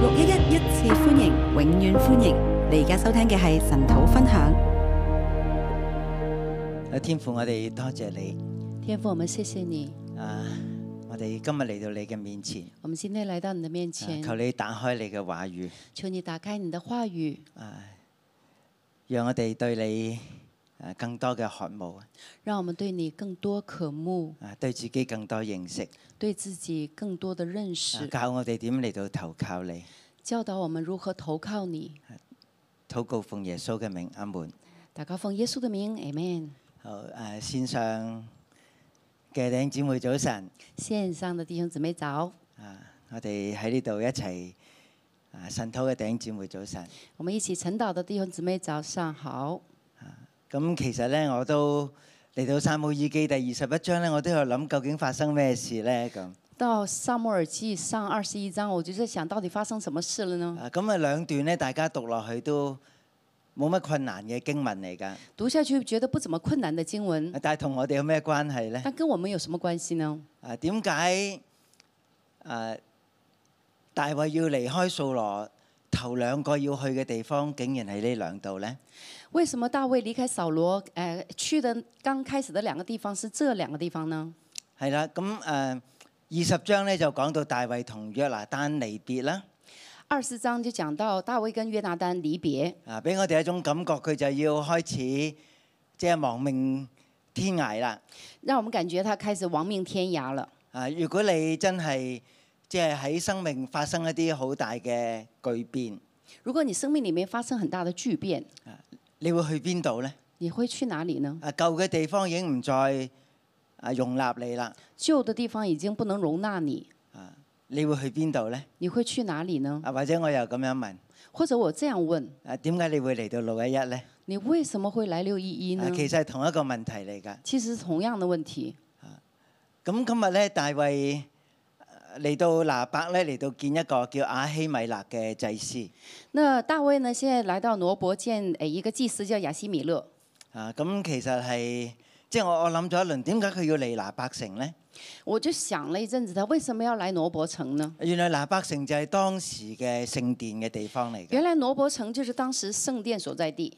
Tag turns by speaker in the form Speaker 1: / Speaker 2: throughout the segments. Speaker 1: 六一一一次歡迎，永遠歡迎！你而家收聽嘅係神土分享。
Speaker 2: 啊，天父，我哋多謝你。
Speaker 3: 天父，我们谢谢你，
Speaker 2: 啊，我哋今日嚟到你嘅面前，啊
Speaker 3: 我们今天来到你的面
Speaker 1: 啊
Speaker 3: 前，
Speaker 2: 求你打開你嘅話語，
Speaker 3: 求你打开你的话语，
Speaker 2: 啊，讓我哋對你啊更多嘅渴慕，
Speaker 3: 让我们对你更多渴慕，
Speaker 2: 啊，對自己更多認識，
Speaker 3: 对自己更多的认
Speaker 2: 啊
Speaker 3: 识，
Speaker 2: 教我哋點嚟到投靠你。
Speaker 3: 教导我们如何投靠你。
Speaker 2: 禱告奉耶穌嘅名，阿門。
Speaker 3: 打高奉耶稣的名，Amen。
Speaker 2: 好，啊，線上嘅弟兄姊妹早晨，
Speaker 3: 线上的弟兄姊妹早，
Speaker 2: 啊，我哋喺呢度一齊啊，神土嘅弟兄姊妹早晨。
Speaker 3: 我们一起晨祷的弟兄姊妹早上好。
Speaker 2: 咁其實咧，我都嚟到撒母耳記第二十一章咧，我都有諗究竟發生咩事咧咁。
Speaker 3: 到撒母耳记上二十一章，我就在想到底发生什么事了呢？
Speaker 2: 啊，咁啊兩段咧，大家讀落去都冇乜困難嘅經文嚟㗎。
Speaker 3: 读下去觉得不怎么困难的经文，
Speaker 1: 哎
Speaker 2: 但係同我哋有咩關係咧？
Speaker 3: 但跟我们有什么关系呢？
Speaker 2: 啊，點解啊大衛要離開掃羅，頭兩個要去嘅地方，竟然係呢兩度咧？
Speaker 3: 为什么大卫离开扫罗，呃，去的刚开始的两个地方是这两个地方呢？
Speaker 2: 係啦，咁誒二十章咧就講到大衛同約拿單離別啦。
Speaker 3: 二十章就讲到大卫跟约拿丹离别，
Speaker 2: 啊，俾我哋一種感覺，佢就要開始即係亡命天涯啦。
Speaker 3: 让我们感觉他开始亡命天涯了。
Speaker 2: 啊，如果你真係即係喺生命發生一啲好大嘅巨變，
Speaker 3: 如果你生命里面发生很大的巨变，
Speaker 2: 你會去邊度呢？
Speaker 3: 你会去哪里呢？
Speaker 2: 啊，舊嘅地方已經唔再啊容納你啦，
Speaker 3: 旧的地方已經不能容納你，
Speaker 2: 你會去邊度呢？
Speaker 3: 你會去哪里呢？
Speaker 2: 啊，或者我又咁樣問，
Speaker 3: 或者我这樣問，
Speaker 2: 啊，點解你會嚟到六一一呢？
Speaker 3: 你為什麼会来六一一
Speaker 2: 啊
Speaker 3: 呢，？
Speaker 2: 其實係同一個問題嚟㗎。
Speaker 3: 其实是同樣的問題。
Speaker 2: 咁今日咧，大衛呃嚟到拿伯咧，嚟到見一個叫亞希米勒嘅祭司。
Speaker 3: 那大衛呢？現在來到挪伯見诶一個祭司叫亞希米勒。
Speaker 2: 啊，咁其實係即係我我諗咗一輪，點解佢要嚟拿伯城呢？
Speaker 3: 我就想了一陣子，他為什麼要來挪伯城呢？
Speaker 2: 原來拿伯城就係當時嘅聖殿嘅地方嚟
Speaker 3: 原
Speaker 2: 嘅。
Speaker 3: 來挪伯城就是當時聖殿所在地。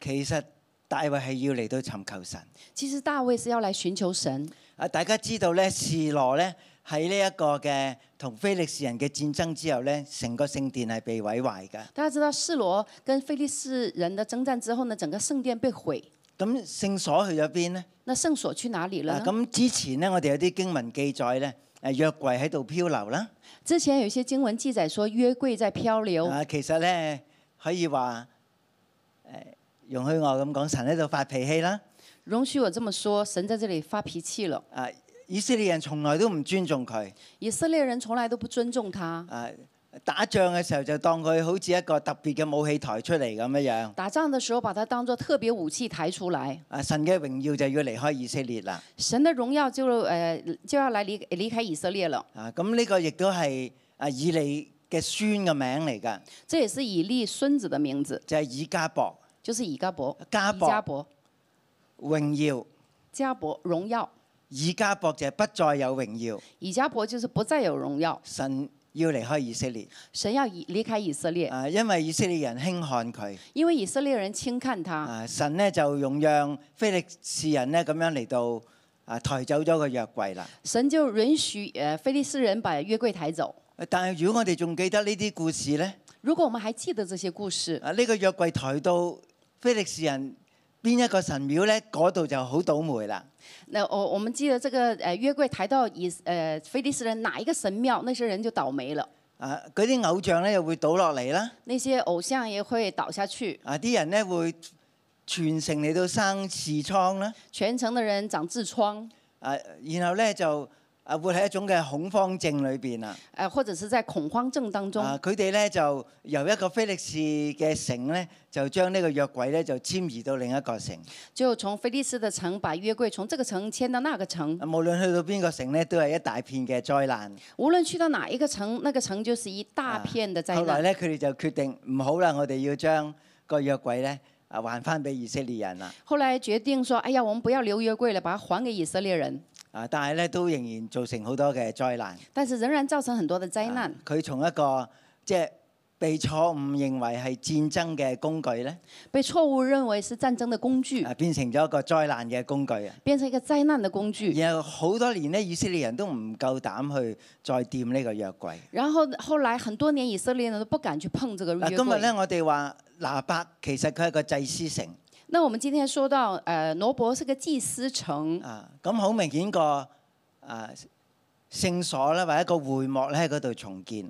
Speaker 2: 其實大衛係要嚟到尋求神。
Speaker 3: 其實大衛是要來尋求神。
Speaker 2: 啊，大家知道咧，示羅咧喺呢一個嘅同非利士人嘅戰爭之後咧，成個聖殿係被毀壞嘅。
Speaker 3: 大家知道示羅跟非利士人的征戰之後呢，整個聖殿被毀。
Speaker 2: 咁聖所去咗邊呢？
Speaker 3: 那聖所去哪裡了
Speaker 2: 啊，
Speaker 3: 呢？
Speaker 2: 咁之前咧，我哋有啲經文記載咧，誒約櫃喺度漂流啦。
Speaker 3: 之前有一些經文記載說約櫃在漂流，
Speaker 2: 啊，其實咧可以話誒、容許我咁講，神喺度發脾氣啦。
Speaker 3: 容許我這麼說，神在這裡發脾氣了。
Speaker 2: 啊，以色列人從來都唔尊重佢。
Speaker 3: 以色列人從來都不尊重他，
Speaker 2: 啊，打仗嘅時候就當佢好似一個特別嘅武器抬出嚟咁樣樣。
Speaker 3: 打仗的時候把它當作特別武器抬出來，
Speaker 2: 啊，神嘅榮耀就要離開以色列啦。
Speaker 3: 神的榮耀就呃就要來離離開以色列了。
Speaker 2: 啊，咁呢個亦都係啊以利嘅孫嘅名嚟㗎，
Speaker 3: 這也是以利孫子的名字，
Speaker 2: 就係、以加博
Speaker 3: 就是以加伯、
Speaker 2: 加
Speaker 3: 以
Speaker 2: 博
Speaker 3: 加伯、
Speaker 2: 榮耀。
Speaker 3: 加伯榮耀，
Speaker 2: 以加博就係不再有榮耀，
Speaker 3: 以加伯就是不再有榮耀，
Speaker 2: 神要離開以色列。
Speaker 3: 神要以離開以色列，
Speaker 2: 啊，因為以色列人輕看佢。
Speaker 3: 因為以色列人輕看他，
Speaker 2: 啊，神咧就容讓菲力士人咧咁樣嚟到啊抬走咗個約櫃啦。
Speaker 3: 神就允許呃非利士人把約櫃抬走。
Speaker 2: 但係如果我哋仲記得呢啲故事咧，
Speaker 3: 如果我們還記得這些故事，
Speaker 2: 啊呢、個約櫃抬到菲力士人邊一個神廟咧，嗰度就好倒霉啦。
Speaker 3: 那我我們記得這個呃約櫃抬到以呃非利士人哪一個神廟，那些人就倒霉了，
Speaker 2: 啊，嗰啲偶像咧又會倒落嚟啦。
Speaker 3: 那些偶像也會倒下去，
Speaker 2: 啊，啲人咧會全城嚟到生痔瘡啦。
Speaker 3: 全城的人長痔瘡，
Speaker 2: 啊，然後咧就啊活喺一種嘅恐慌症裏邊啦。
Speaker 3: 呃或者是在恐慌症當中，
Speaker 2: 啊，佢哋咧就由一個菲力士嘅城咧，就將呢個約櫃咧就遷移到另一個城。
Speaker 3: 就從非利士的城把約櫃從這個城遷到那個城，
Speaker 2: 啊無論去到邊個城咧，都係一大片嘅災難。
Speaker 3: 無論去到哪一個城，那個城就是一
Speaker 2: 啊
Speaker 3: 大片的災
Speaker 2: 後來
Speaker 3: 難。
Speaker 2: 咧，佢哋就決定唔好啦，我哋要將個約櫃咧啊還翻俾以色列人啦。
Speaker 3: 後來決定說，哎呀，我們不要留約櫃了，把它還給以色列人，
Speaker 2: 啊，但係咧都仍然造成好多嘅災難。啊
Speaker 3: 但是仍然造成很多的災難
Speaker 2: 啊。佢從一個即係被錯誤認為係戰爭嘅工具咧？
Speaker 3: 被錯誤認為是戰爭的工具，
Speaker 2: 啊，變成咗一個災難嘅工具啊！
Speaker 3: 變成一個災難的工具。
Speaker 2: 然後好多年呢，以色列人都唔夠膽去再掂呢個約櫃。
Speaker 3: 然後後來很多年，以色列人都不敢去碰這個
Speaker 2: 嗱，
Speaker 3: 約
Speaker 2: 啊今日
Speaker 3: 櫃。
Speaker 2: 咧，我哋話拿伯其實佢係個祭司城
Speaker 3: 那我們今天說到，呃，挪伯是個祭司城，
Speaker 2: 啊，咁好明顯個啊聖所啦，或者個會幕咧喺嗰度重建，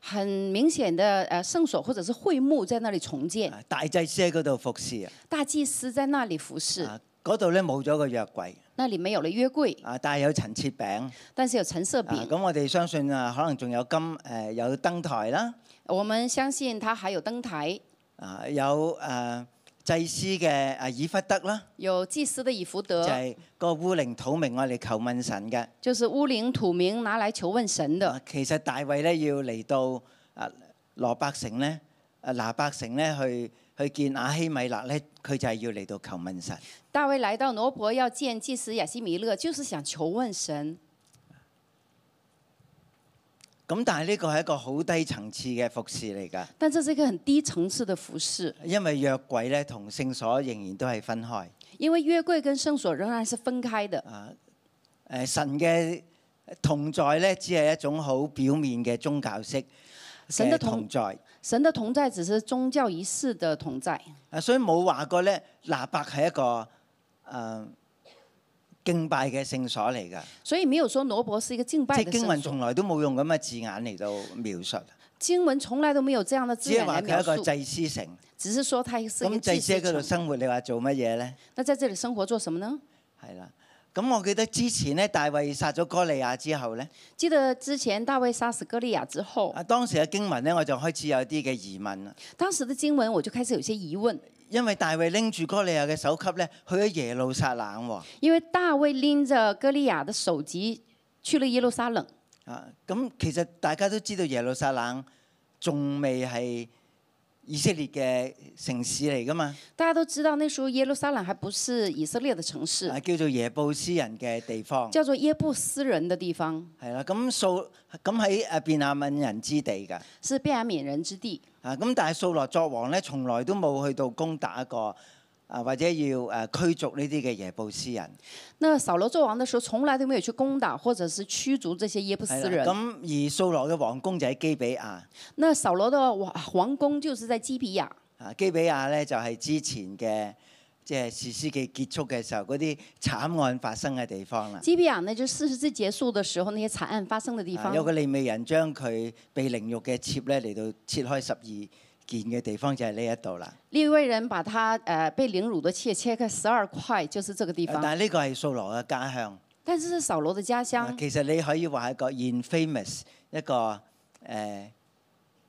Speaker 3: 很明顯的，呃，聖所或者是會幕在那裡重建，
Speaker 2: 啊大祭司喺嗰度服侍啊。
Speaker 3: 大祭司在那裡服侍，
Speaker 2: 啊嗰度咧冇咗個約櫃
Speaker 3: 那裡沒有了約櫃，
Speaker 2: 啊，但係有陳設餅啊，
Speaker 3: 但是有陳設餅。
Speaker 2: 咁我哋相信啊，可能仲有金誒、有燈台啦，
Speaker 3: 我們相信他還有燈台，
Speaker 2: 啊有誒、祭司嘅啊以弗德啦，
Speaker 3: 有祭司的以福
Speaker 2: 就
Speaker 3: 德，
Speaker 2: 係、個烏靈土明我哋求問神嘅。
Speaker 3: 就是烏陵土明拿來求問神的。
Speaker 2: 啊其實大衛咧要嚟到啊羅伯城咧，啊拿伯城咧去去見亞希米勒咧，佢就係要嚟到求問神。
Speaker 3: 大衛來到挪伯要見祭司亞希米勒，就是想求問神。
Speaker 2: 咁但係呢個係一個好低層次嘅服侍嚟㗎，
Speaker 3: 但这是一個很低層次的服侍，
Speaker 2: 因為約櫃咧同聖所仍然都係分開。
Speaker 3: 因為約櫃跟聖所仍然是分開的。
Speaker 2: 誒呃神嘅同在咧，只係一種好表面嘅宗教式
Speaker 3: 神嘅
Speaker 2: 嘅
Speaker 3: 同
Speaker 2: 同在。
Speaker 3: 神的同在只是宗教儀式的同在，
Speaker 2: 啊，所以冇話過咧，拿伯係一個誒、呃敬拜嘅聖所嚟㗎。
Speaker 3: 所以沒有說挪伯是一個敬拜
Speaker 2: 即
Speaker 3: 的
Speaker 2: 係
Speaker 3: 聖
Speaker 2: 經文
Speaker 3: 所。
Speaker 2: 從來都冇用咁嘅字眼嚟到描述，
Speaker 3: 經文從來都沒有這樣的字
Speaker 2: 只係
Speaker 3: 眼
Speaker 2: 話
Speaker 3: 來
Speaker 2: 佢係
Speaker 3: 描
Speaker 2: 一個
Speaker 3: 述，
Speaker 2: 祭司城。
Speaker 3: 只是說他是一個
Speaker 2: 咁祭
Speaker 3: 祭
Speaker 2: 司喺
Speaker 3: 司
Speaker 2: 嗰度
Speaker 3: 城。
Speaker 2: 生活，你話做乜嘢咧？
Speaker 3: 那在這裡生活做什麼呢？
Speaker 2: 係啦。咁我記得之前咧，大衛殺咗哥利亞之後咧，
Speaker 3: 記得之前大衛殺死歌利亞之後，
Speaker 2: 啊當時嘅經文咧，我就開始有啲嘅疑問啦。
Speaker 3: 當時的經文我就開始有些疑問，
Speaker 2: 因為大衛拎住哥利亞嘅首級咧，去咗耶路撒冷喎。
Speaker 3: 因為大衛拎着歌利亞的首級去了耶路撒冷。
Speaker 2: 啊，咁其實大家都知道耶路撒冷仲未係以色列嘅城市嚟噶嘛，
Speaker 3: 大家都知道那時候耶路撒冷還不是以色列的城市，
Speaker 2: 啊叫做耶布斯人嘅地方，
Speaker 3: 叫做耶布斯人的地方，
Speaker 2: 係啦。咁數咁喺誒便雅憫人之地㗎，
Speaker 3: 是便雅憫人之地。
Speaker 2: 啊咁但係掃羅作王咧，從來都冇去到攻打過啊，或者要誒驅逐呢啲嘅耶布斯人。
Speaker 3: 那掃羅做王的時候，從來都沒有去攻打或者是驅逐這些耶布斯
Speaker 2: 係
Speaker 3: 人
Speaker 2: 啦，。咁而掃羅嘅王宮就喺基比亞，
Speaker 3: 那掃羅的王皇宮就是在基比亞，
Speaker 2: 啊基比亞咧就係之前嘅即係士師記結束嘅時候嗰啲慘案發生嘅地方啦。
Speaker 3: 基比亞呢就是四十字結束的時候那些慘案發生的地
Speaker 2: 啊
Speaker 3: 方。
Speaker 2: 有個利未人將佢被凌辱嘅妾咧嚟到切開十二件嘅地方就係呢一度啦。
Speaker 3: 利未人把他呃被凌辱的妾切開十二塊，就是這個地
Speaker 2: 啊
Speaker 3: 方。
Speaker 2: 但係呢個係掃羅嘅家鄉。
Speaker 3: 但是是掃羅的家
Speaker 2: 啊
Speaker 3: 鄉，
Speaker 2: 其實你可以話係一個 infamous 一個誒、呃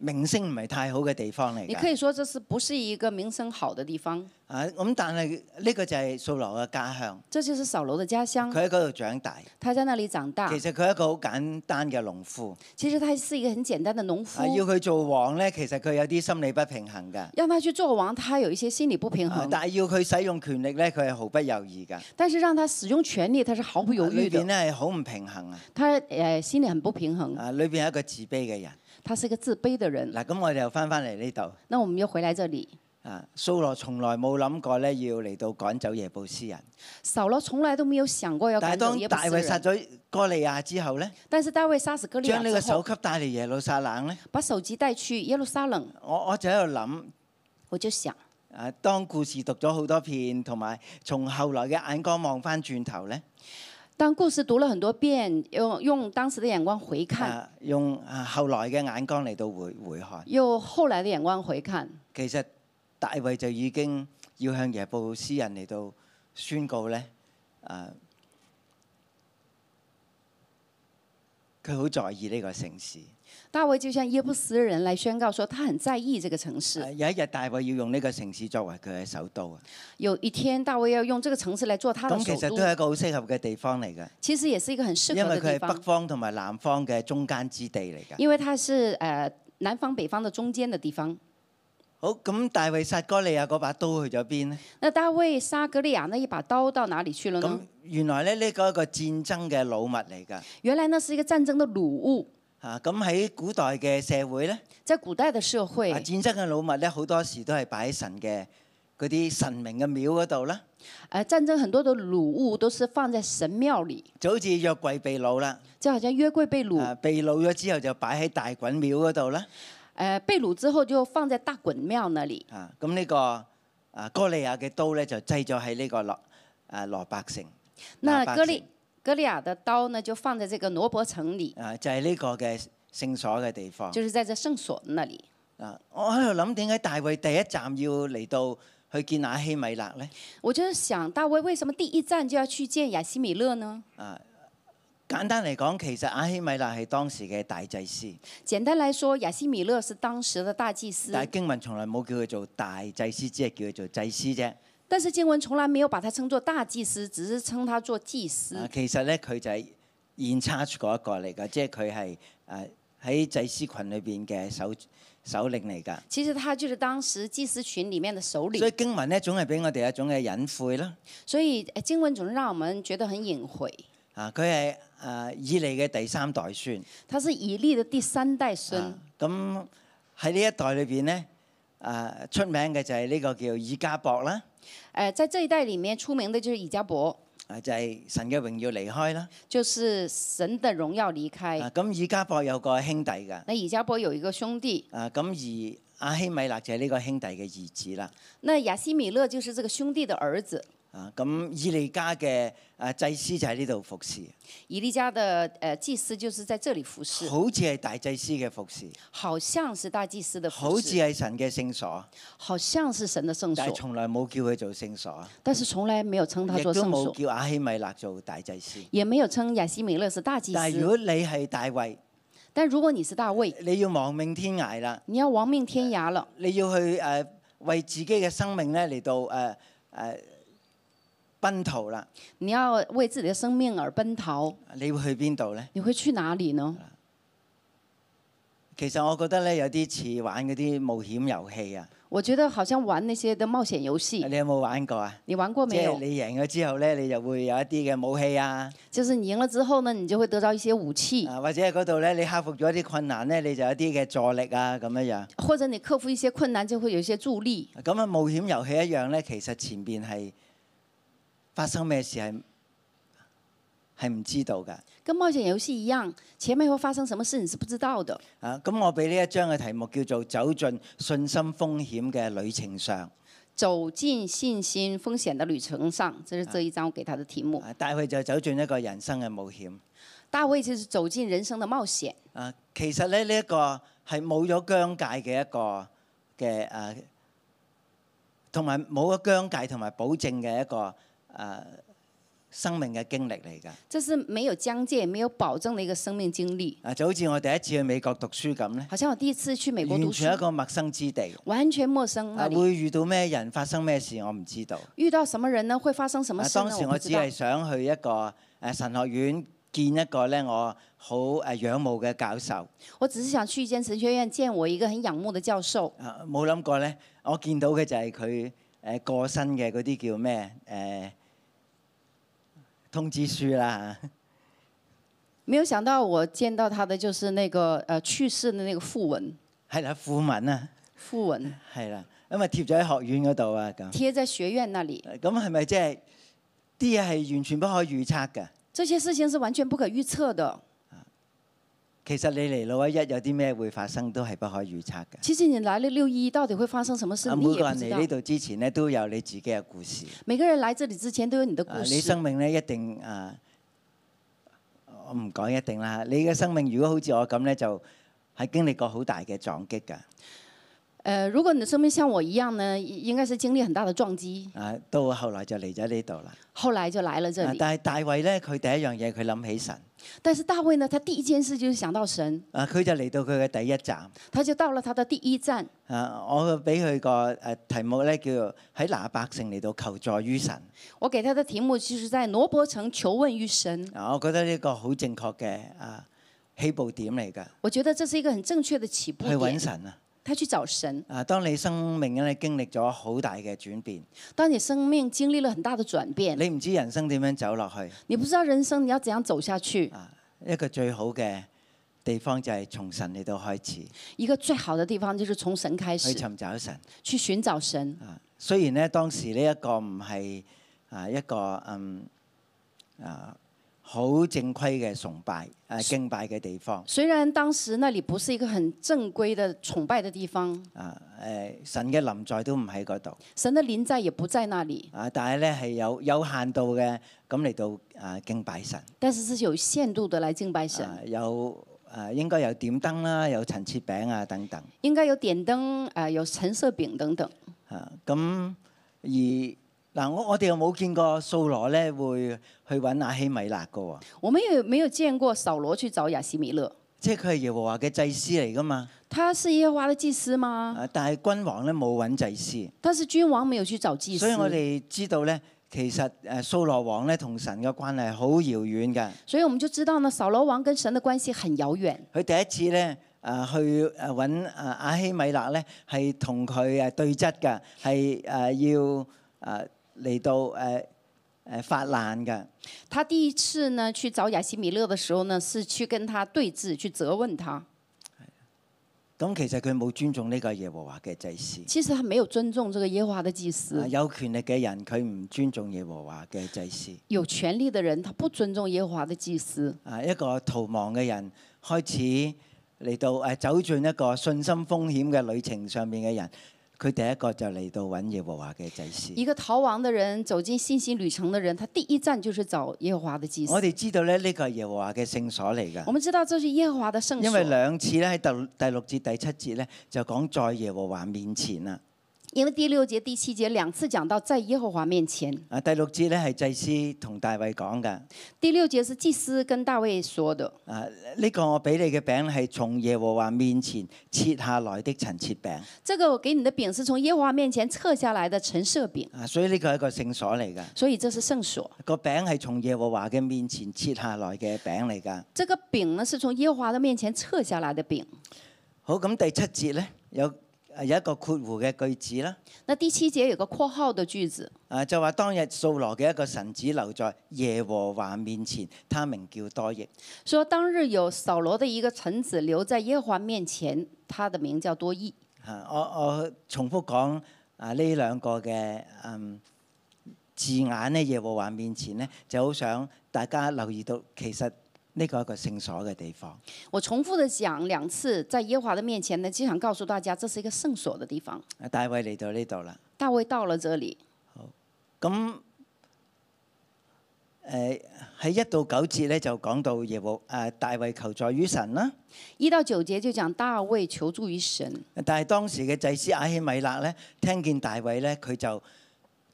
Speaker 2: 名聲唔係太好嘅地方嚟
Speaker 3: 你可
Speaker 2: 㗎。
Speaker 3: 以說這是不是一個名聲好的地方？
Speaker 2: 啊，咁但係呢個就係掃羅嘅家鄉，
Speaker 3: 這就是掃羅的家鄉，
Speaker 2: 佢喺嗰度長大。
Speaker 3: 他在那裡長大
Speaker 2: 其。實佢係一個好簡單嘅農夫。
Speaker 3: 其實他是一個很簡單的農
Speaker 2: 啊，要
Speaker 3: 夫，
Speaker 2: 佢做王咧，其實佢有啲心理不平衡㗎。
Speaker 3: 讓他去做王，他有一些心理不平
Speaker 2: 啊
Speaker 3: 衡。
Speaker 2: 但係要佢使用權力咧，佢係毫不猶豫㗎。
Speaker 3: 但是讓他使用權力，他是毫不猶豫
Speaker 2: 裏邊
Speaker 3: 的。
Speaker 2: 咧係好唔平衡啊！
Speaker 3: 他呃心裡很不平衡，
Speaker 2: 啊，裏邊係一個自卑嘅人。
Speaker 3: 他是一個自卑的人。
Speaker 2: 嗱，咁我哋又翻翻嚟呢度。
Speaker 3: 那我們又回來這裡，
Speaker 2: 啊，蘇羅從來冇諗過咧，要嚟到趕走耶布斯人。
Speaker 3: 掃羅從來都沒有想過要
Speaker 2: 但係
Speaker 3: 趕走
Speaker 2: 當
Speaker 3: 耶布
Speaker 2: 大
Speaker 3: 斯
Speaker 2: 衛殺
Speaker 3: 人。
Speaker 2: 咗哥利亞之後咧，
Speaker 3: 但是大衛殺死歌利
Speaker 2: 將呢個
Speaker 3: 亞之
Speaker 2: 首
Speaker 3: 後，
Speaker 2: 級帶嚟耶路撒冷咧，
Speaker 3: 把首級帶去耶路撒冷，
Speaker 2: 我我就喺度諗。
Speaker 3: 我就想。
Speaker 2: 啊，當故事讀咗好多遍，同埋從後來嘅眼光望翻轉頭咧，
Speaker 3: 當故事讀了很多遍，用用當時的眼光回看，
Speaker 2: 啊，用啊後來嘅眼光嚟到回回看，
Speaker 3: 用後來的眼光回看，
Speaker 2: 其實大衛就已經要向耶布斯人嚟到宣告咧，啊，佢好在意呢個城市。
Speaker 3: 大衛就向耶布斯人來宣告說，他很在意這個城
Speaker 2: 啊
Speaker 3: 市。
Speaker 2: 有一日大衛要用呢個城市作為佢嘅首都啊！
Speaker 3: 有一天，大衛要用這個城市來做他的
Speaker 2: 咁其
Speaker 3: 首
Speaker 2: 實
Speaker 3: 都
Speaker 2: 都，係一個好適合嘅地方嚟嘅，
Speaker 3: 其實也是一個很適
Speaker 2: 因
Speaker 3: 合
Speaker 2: 為
Speaker 3: 的地
Speaker 2: 佢係北
Speaker 3: 方，
Speaker 2: 方同埋南方嘅中間之地嚟嘅。
Speaker 3: 因為它是呃南方北方的中間的地方。
Speaker 2: 好，咁大衛殺哥利亞嗰把刀去咗邊呢？
Speaker 3: 那大衛殺歌利亞那一把刀到哪裡去了
Speaker 2: 咁
Speaker 3: 呢？
Speaker 2: 原來咧呢個一個戰爭嘅老物嚟㗎。
Speaker 3: 原來那是一個戰爭的擄物，
Speaker 2: 啊，咁喺古代嘅社會咧，
Speaker 3: 在古代的社
Speaker 2: 啊，
Speaker 3: 会，
Speaker 2: 戰爭嘅老物咧，好多時都係擺喺神嘅嗰啲神明嘅廟嗰度啦，
Speaker 3: 呃，战争很多的掳物都是放在神庙里，
Speaker 2: 就好似約櫃被擄啦，
Speaker 3: 就好像约柜被
Speaker 2: 啊
Speaker 3: 掳，
Speaker 2: 被擄咗之後就擺喺大袞廟嗰度啦，
Speaker 3: 呃，被掳之后就放在大衮庙那里。
Speaker 2: 啊，咁呢、個啊哥利亞嘅刀咧就擠咗喺呢個羅啊羅伯城，
Speaker 3: 那
Speaker 2: 羅伯
Speaker 3: 哥
Speaker 2: 城
Speaker 3: 利哥利亚的刀呢，就放在这个挪伯城里，
Speaker 2: 啊就係、呢個嘅聖所嘅地方
Speaker 3: 就是在这圣所那里。
Speaker 2: 啊，我喺度諗點解大衛第一站要嚟到去見亞希米勒咧？
Speaker 3: 我就是想，大卫为什么第一站就要去见亚西米勒呢？
Speaker 2: 簡單嚟講，其實亞希米勒係當時嘅大祭司，
Speaker 3: 简单来说，亚西米勒是当时的大祭司，
Speaker 2: 但係經文從來冇叫佢做大祭司，只係叫佢做祭司啫。
Speaker 3: 但是经文从来没有把他称作大祭司，只是称他做祭
Speaker 2: 啊
Speaker 3: 司，。
Speaker 2: 其實咧佢就係 in charge 嗰一個嚟㗎，即係佢係誒喺祭司群裏邊嘅首首領嚟㗎。
Speaker 3: 其实他就是当时祭司群里面的首
Speaker 2: 所以
Speaker 3: 领，
Speaker 2: 經文咧總係俾我哋一種嘅隱晦啦。
Speaker 3: 所以呃经文总是让我们觉得很隐晦。
Speaker 2: 啊，佢係誒以利嘅第三代孫。
Speaker 3: 他是以利的第三代孙，
Speaker 2: 啊咁喺呢一代裏邊咧，啊出名嘅就係呢個叫以加博啦，
Speaker 3: 呃，在这一代里面出名的就是以加伯，
Speaker 2: 啊就係、神嘅榮耀離開啦。
Speaker 3: 就是神的荣耀离开。
Speaker 2: 啊咁以加博有個兄弟㗎。
Speaker 3: 那以加波有一个兄弟，
Speaker 2: 啊咁而阿希米勒就係呢個兄弟嘅兒子啦。
Speaker 3: 那亚西米勒就是这个兄弟的儿子。
Speaker 2: 啊咁以利家嘅啊祭司就喺呢度服侍。
Speaker 3: 以利家的呃祭司就是在这里服侍，
Speaker 2: 好似係大祭司嘅服侍，
Speaker 3: 好像是大祭司的
Speaker 2: 好
Speaker 3: 服
Speaker 2: 似
Speaker 3: 侍，
Speaker 2: 係神嘅聖所，
Speaker 3: 好像是神的圣
Speaker 2: 但係
Speaker 3: 所，
Speaker 2: 從來冇叫佢做聖所，
Speaker 3: 但是从来没有称他
Speaker 2: 亦
Speaker 3: 做
Speaker 2: 都
Speaker 3: 圣
Speaker 2: 冇
Speaker 3: 所，
Speaker 2: 叫阿希米勒做大祭司。
Speaker 3: 也没有称亚西米勒是大祭
Speaker 2: 但係如
Speaker 3: 司。
Speaker 2: 果你係大衛，
Speaker 3: 但如果你是大卫，
Speaker 2: 你要亡命天涯啦，
Speaker 3: 你要亡命天涯了，
Speaker 2: 你要去誒、呃、為自己嘅生命咧嚟到誒誒、呃呃奔逃啦，
Speaker 3: 你要为自己的生命而奔逃，
Speaker 2: 你會去邊度咧？
Speaker 3: 你会去哪里呢？
Speaker 2: 其實我覺得咧有啲似玩嗰啲冒險遊戲啊，
Speaker 3: 我觉得好像玩那些的冒险游戏，
Speaker 2: 你有冇玩過啊？
Speaker 3: 你玩过
Speaker 2: 即
Speaker 3: 没
Speaker 2: 係
Speaker 3: 有？
Speaker 2: 你贏咗之後咧，你就會有一啲嘅武器啊。
Speaker 3: 就是你赢了之后呢，你就会得到一些武器，
Speaker 2: 啊，或者喺嗰度咧，你克服咗一啲困難咧，你就有啲嘅助力啊，咁樣
Speaker 3: 或者你克服一些困难，就会有一些助力。
Speaker 2: 樣。咁啊，冒險遊戲一樣咧，其實前邊係發生咩事係係唔知道㗎。
Speaker 3: 跟冒险游戏一样，前面会发生什么事你是不知道的。
Speaker 2: 啊，咁我俾呢一章嘅題目叫做《走進信心風險嘅旅程上》。
Speaker 3: 走进信心风险的旅程上，这是这一章我给他的题目。
Speaker 2: 啊，大衛就走進一個人生嘅冒險。
Speaker 3: 大卫就是走进人生的冒险。
Speaker 2: 啊，其實咧呢一、個係冇咗疆界嘅一個嘅啊，同埋冇咗疆界同埋保證嘅一個啊生命嘅經歷嚟㗎。
Speaker 3: 这是没有疆界、没有保证的一个生命经历，
Speaker 2: 啊，就好似我第一次去美國讀書咁咧，
Speaker 3: 好像我第一次去美国
Speaker 2: 完
Speaker 3: 读书
Speaker 2: 全，一個陌生之地，
Speaker 3: 完全陌生那
Speaker 2: 啊，
Speaker 3: 里。
Speaker 2: 會遇到咩人，發生咩事，我唔知道。
Speaker 3: 遇到什么人呢？会发生什么
Speaker 2: 啊，
Speaker 3: 事
Speaker 2: 當
Speaker 3: 呢？
Speaker 2: 時
Speaker 3: 我
Speaker 2: 我
Speaker 3: 不
Speaker 2: 只
Speaker 3: 知道
Speaker 2: 係。想去一個誒神學院見一個咧我好誒仰慕嘅教授，
Speaker 3: 我只是想去一间神学院见我一个很仰慕的教授，
Speaker 2: 啊，冇諗過咧，我見到嘅就係佢誒過身嘅嗰啲叫咩誒通知書啦，
Speaker 3: 没有想到我见到他的就是那个呃去世的那个讣文，
Speaker 2: 係啦，副文啊，
Speaker 3: 讣文
Speaker 2: 係啦，因為貼咗喺學院嗰度啊，咁
Speaker 3: 贴在学院那里。
Speaker 2: 咁係咪即係啲嘢係完全不可預測㗎？
Speaker 3: 这些事情是完全不可预测的。
Speaker 2: 其實你嚟老一一有啲咩會發生都係不可預測嘅。
Speaker 3: 其实你來了六一一，到底会发生什么事，
Speaker 2: 啊，每
Speaker 3: 你也
Speaker 2: 個
Speaker 3: 不
Speaker 2: 人
Speaker 3: 知
Speaker 2: 嚟呢
Speaker 3: 道。
Speaker 2: 度之前咧都有你自己嘅故事。
Speaker 3: 每個人來這裡之前都有你的故
Speaker 2: 啊你
Speaker 3: 事。
Speaker 2: 生命咧一定啊，我唔講一定啦。你嘅生命如果好似我咁咧，就係經歷過好大嘅撞擊㗎。
Speaker 3: 呃，如果你的生命像我一樣呢，應應該是經歷很大的撞擊，
Speaker 2: 啊，到後來就嚟咗呢度啦。
Speaker 3: 後來就來了這
Speaker 2: 啊
Speaker 3: 裡。
Speaker 2: 但係大衛咧，佢第一樣嘢佢諗起神。
Speaker 3: 但是大衛呢，他第一件事就是想到神，
Speaker 2: 啊，佢就嚟到佢嘅第一站。
Speaker 3: 他就到了他的第一站。
Speaker 2: 啊，我俾佢個誒題目咧叫做喺拿百姓嚟到求助於神。
Speaker 3: 我給他的題目就是在挪伯城求問於神，
Speaker 2: 啊，我覺得呢個好正確嘅啊起步點嚟㗎。
Speaker 3: 我覺得這是一個很正確的起步
Speaker 2: 去揾
Speaker 3: 點。
Speaker 2: 神啊！
Speaker 3: 他去找神，
Speaker 2: 啊，當你生命咧經歷咗好大嘅轉變，
Speaker 3: 當你生命經歷了很大的轉變，
Speaker 2: 你唔知人生點樣走落去
Speaker 3: 你不知道人生你要怎樣走下去，
Speaker 2: 啊！一個最好嘅地方就係從神嚟到開始
Speaker 3: 一个最好的地方就是从神开
Speaker 2: 去
Speaker 3: 始，
Speaker 2: 尋找神
Speaker 3: 去寻找神。
Speaker 2: 啊。雖然咧當時呢一個唔係啊一個嗯啊好正規嘅崇拜啊敬拜嘅地方
Speaker 3: 虽然当时那里不是一个很正规的崇拜的地方，
Speaker 2: 啊誒神嘅臨在都唔喺嗰度
Speaker 3: 神的临在也不在那里，
Speaker 2: 啊，但係咧係有有限度嘅咁嚟到啊敬拜神
Speaker 3: 但是是有限度的来敬拜神，
Speaker 2: 啊有。誒應該有點燈啦，有陳設餅啊等等。
Speaker 3: 应该有点灯，呃，有橙色饼等等。
Speaker 2: 啊，咁而嗱，我我哋又冇見過掃羅咧會去揾阿希米勒嘅喎，
Speaker 3: 我们也没有见过扫罗去找亚西米勒，
Speaker 2: 即係佢係耶和華嘅祭司嚟噶嘛。
Speaker 3: 他是耶和华的祭司吗？
Speaker 2: 啊，但係君王咧冇揾祭司，
Speaker 3: 但是君王没有去找祭司
Speaker 2: 所以，我哋知道咧，其實誒掃羅王咧同神嘅關係好遙遠㗎。
Speaker 3: 所以我们就知道呢，扫罗王跟神的关系很遙远。
Speaker 2: 佢第一次咧。啊，去誒揾啊阿希米勒咧，係同佢誒對質㗎，係誒啊要誒嚟到誒誒發難㗎。
Speaker 3: 他第一次呢去找亚西米勒的时候呢，是去跟他对峙，去责问他。
Speaker 2: 咁其實佢冇尊重呢個耶和華嘅祭司。
Speaker 3: 其实他没有尊重这个耶和华的祭
Speaker 2: 啊
Speaker 3: 司，
Speaker 2: 有權力嘅人佢唔尊重耶和華嘅祭司，
Speaker 3: 有权力的人他不尊重耶和华的祭司。
Speaker 2: 啊一個逃亡嘅人開始嚟到誒走進一個信心風險嘅旅程上面嘅人，佢第一個就嚟到揾耶和華嘅祭司。
Speaker 3: 一个逃亡的人走进信心旅程的人，他第一站就是找耶和华的祭司。
Speaker 2: 我哋知道咧，呢個係耶和華嘅聖所嚟
Speaker 3: 我
Speaker 2: 㗎，
Speaker 3: 们知道这是耶和华的圣
Speaker 2: 因為
Speaker 3: 所，
Speaker 2: 兩次咧喺第第六節第七節咧就講在耶和華面前啦。
Speaker 3: 因为第六节、第七节两次讲到在耶和华面前。
Speaker 2: 啊第六節咧係祭司同大衛講㗎，
Speaker 3: 第六节是祭司跟大卫说的，
Speaker 2: 啊呢、個我俾你嘅餅係從耶和華面前切下來的陳設餅，
Speaker 3: 这个我给你的饼是从耶和华面前撤下来的陈设饼，
Speaker 2: 啊所以呢個係一個聖所嚟㗎。
Speaker 3: 所以这是圣所。
Speaker 2: 個餅係從耶和華嘅面前切下來嘅餅嚟㗎。
Speaker 3: 这个饼呢是从耶和华的面前撤下来的饼。
Speaker 2: 好，咁第七節咧有啊有一個括弧嘅句子啦，
Speaker 3: 那第七节有个括号的句子，
Speaker 2: 啊就話當日掃羅嘅一個神子留在耶和華面前，他名叫多益。
Speaker 3: 说当日有扫罗的一个臣子留在耶和华面前，他的名叫多益。
Speaker 2: 啊，我我重複講啊呢兩個嘅嗯字眼咧，耶和華面前咧就好想大家留意到，其實呢個係一個聖所嘅地方。
Speaker 3: 我重复的讲两次，在耶和华的面前呢，就想告诉大家，这是一个圣所的地方。
Speaker 2: 啊大衛嚟到呢度啦。
Speaker 3: 大卫到了这里，
Speaker 2: 咁誒喺一到九節咧就講到耶和誒、呃大衛求助於神啦，
Speaker 3: 一到九节就講大衛求助於神，
Speaker 2: 但係當時嘅祭司亞希米勒咧聽見大衛咧佢就戰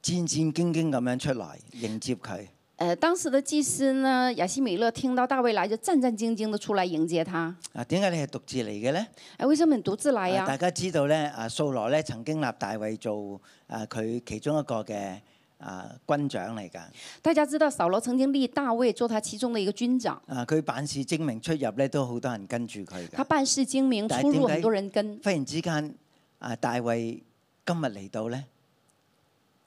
Speaker 2: 戰兢兢咁樣出來迎接佢，
Speaker 3: 呃，當時的祭司呢，亞西米勒聽到大衛來，就戰戰兢兢的出來迎接他。
Speaker 2: 啊點解你係獨自嚟嘅咧？
Speaker 3: 哎，為什麼你獨自來呀、
Speaker 2: 啊大家知道咧啊掃羅咧曾經立大衛做啊佢其中一個嘅啊軍長嚟㗎，
Speaker 3: 大家知道掃羅曾經立大衛做他其中的一個軍長，
Speaker 2: 啊佢辦事精明出入咧都好多人跟住佢
Speaker 3: 他
Speaker 2: 㗎，
Speaker 3: 辦事精明，
Speaker 2: 但係
Speaker 3: 出
Speaker 2: 點
Speaker 3: 入
Speaker 2: 解
Speaker 3: 很多人跟。
Speaker 2: 忽然之間啊大衛今日嚟到咧。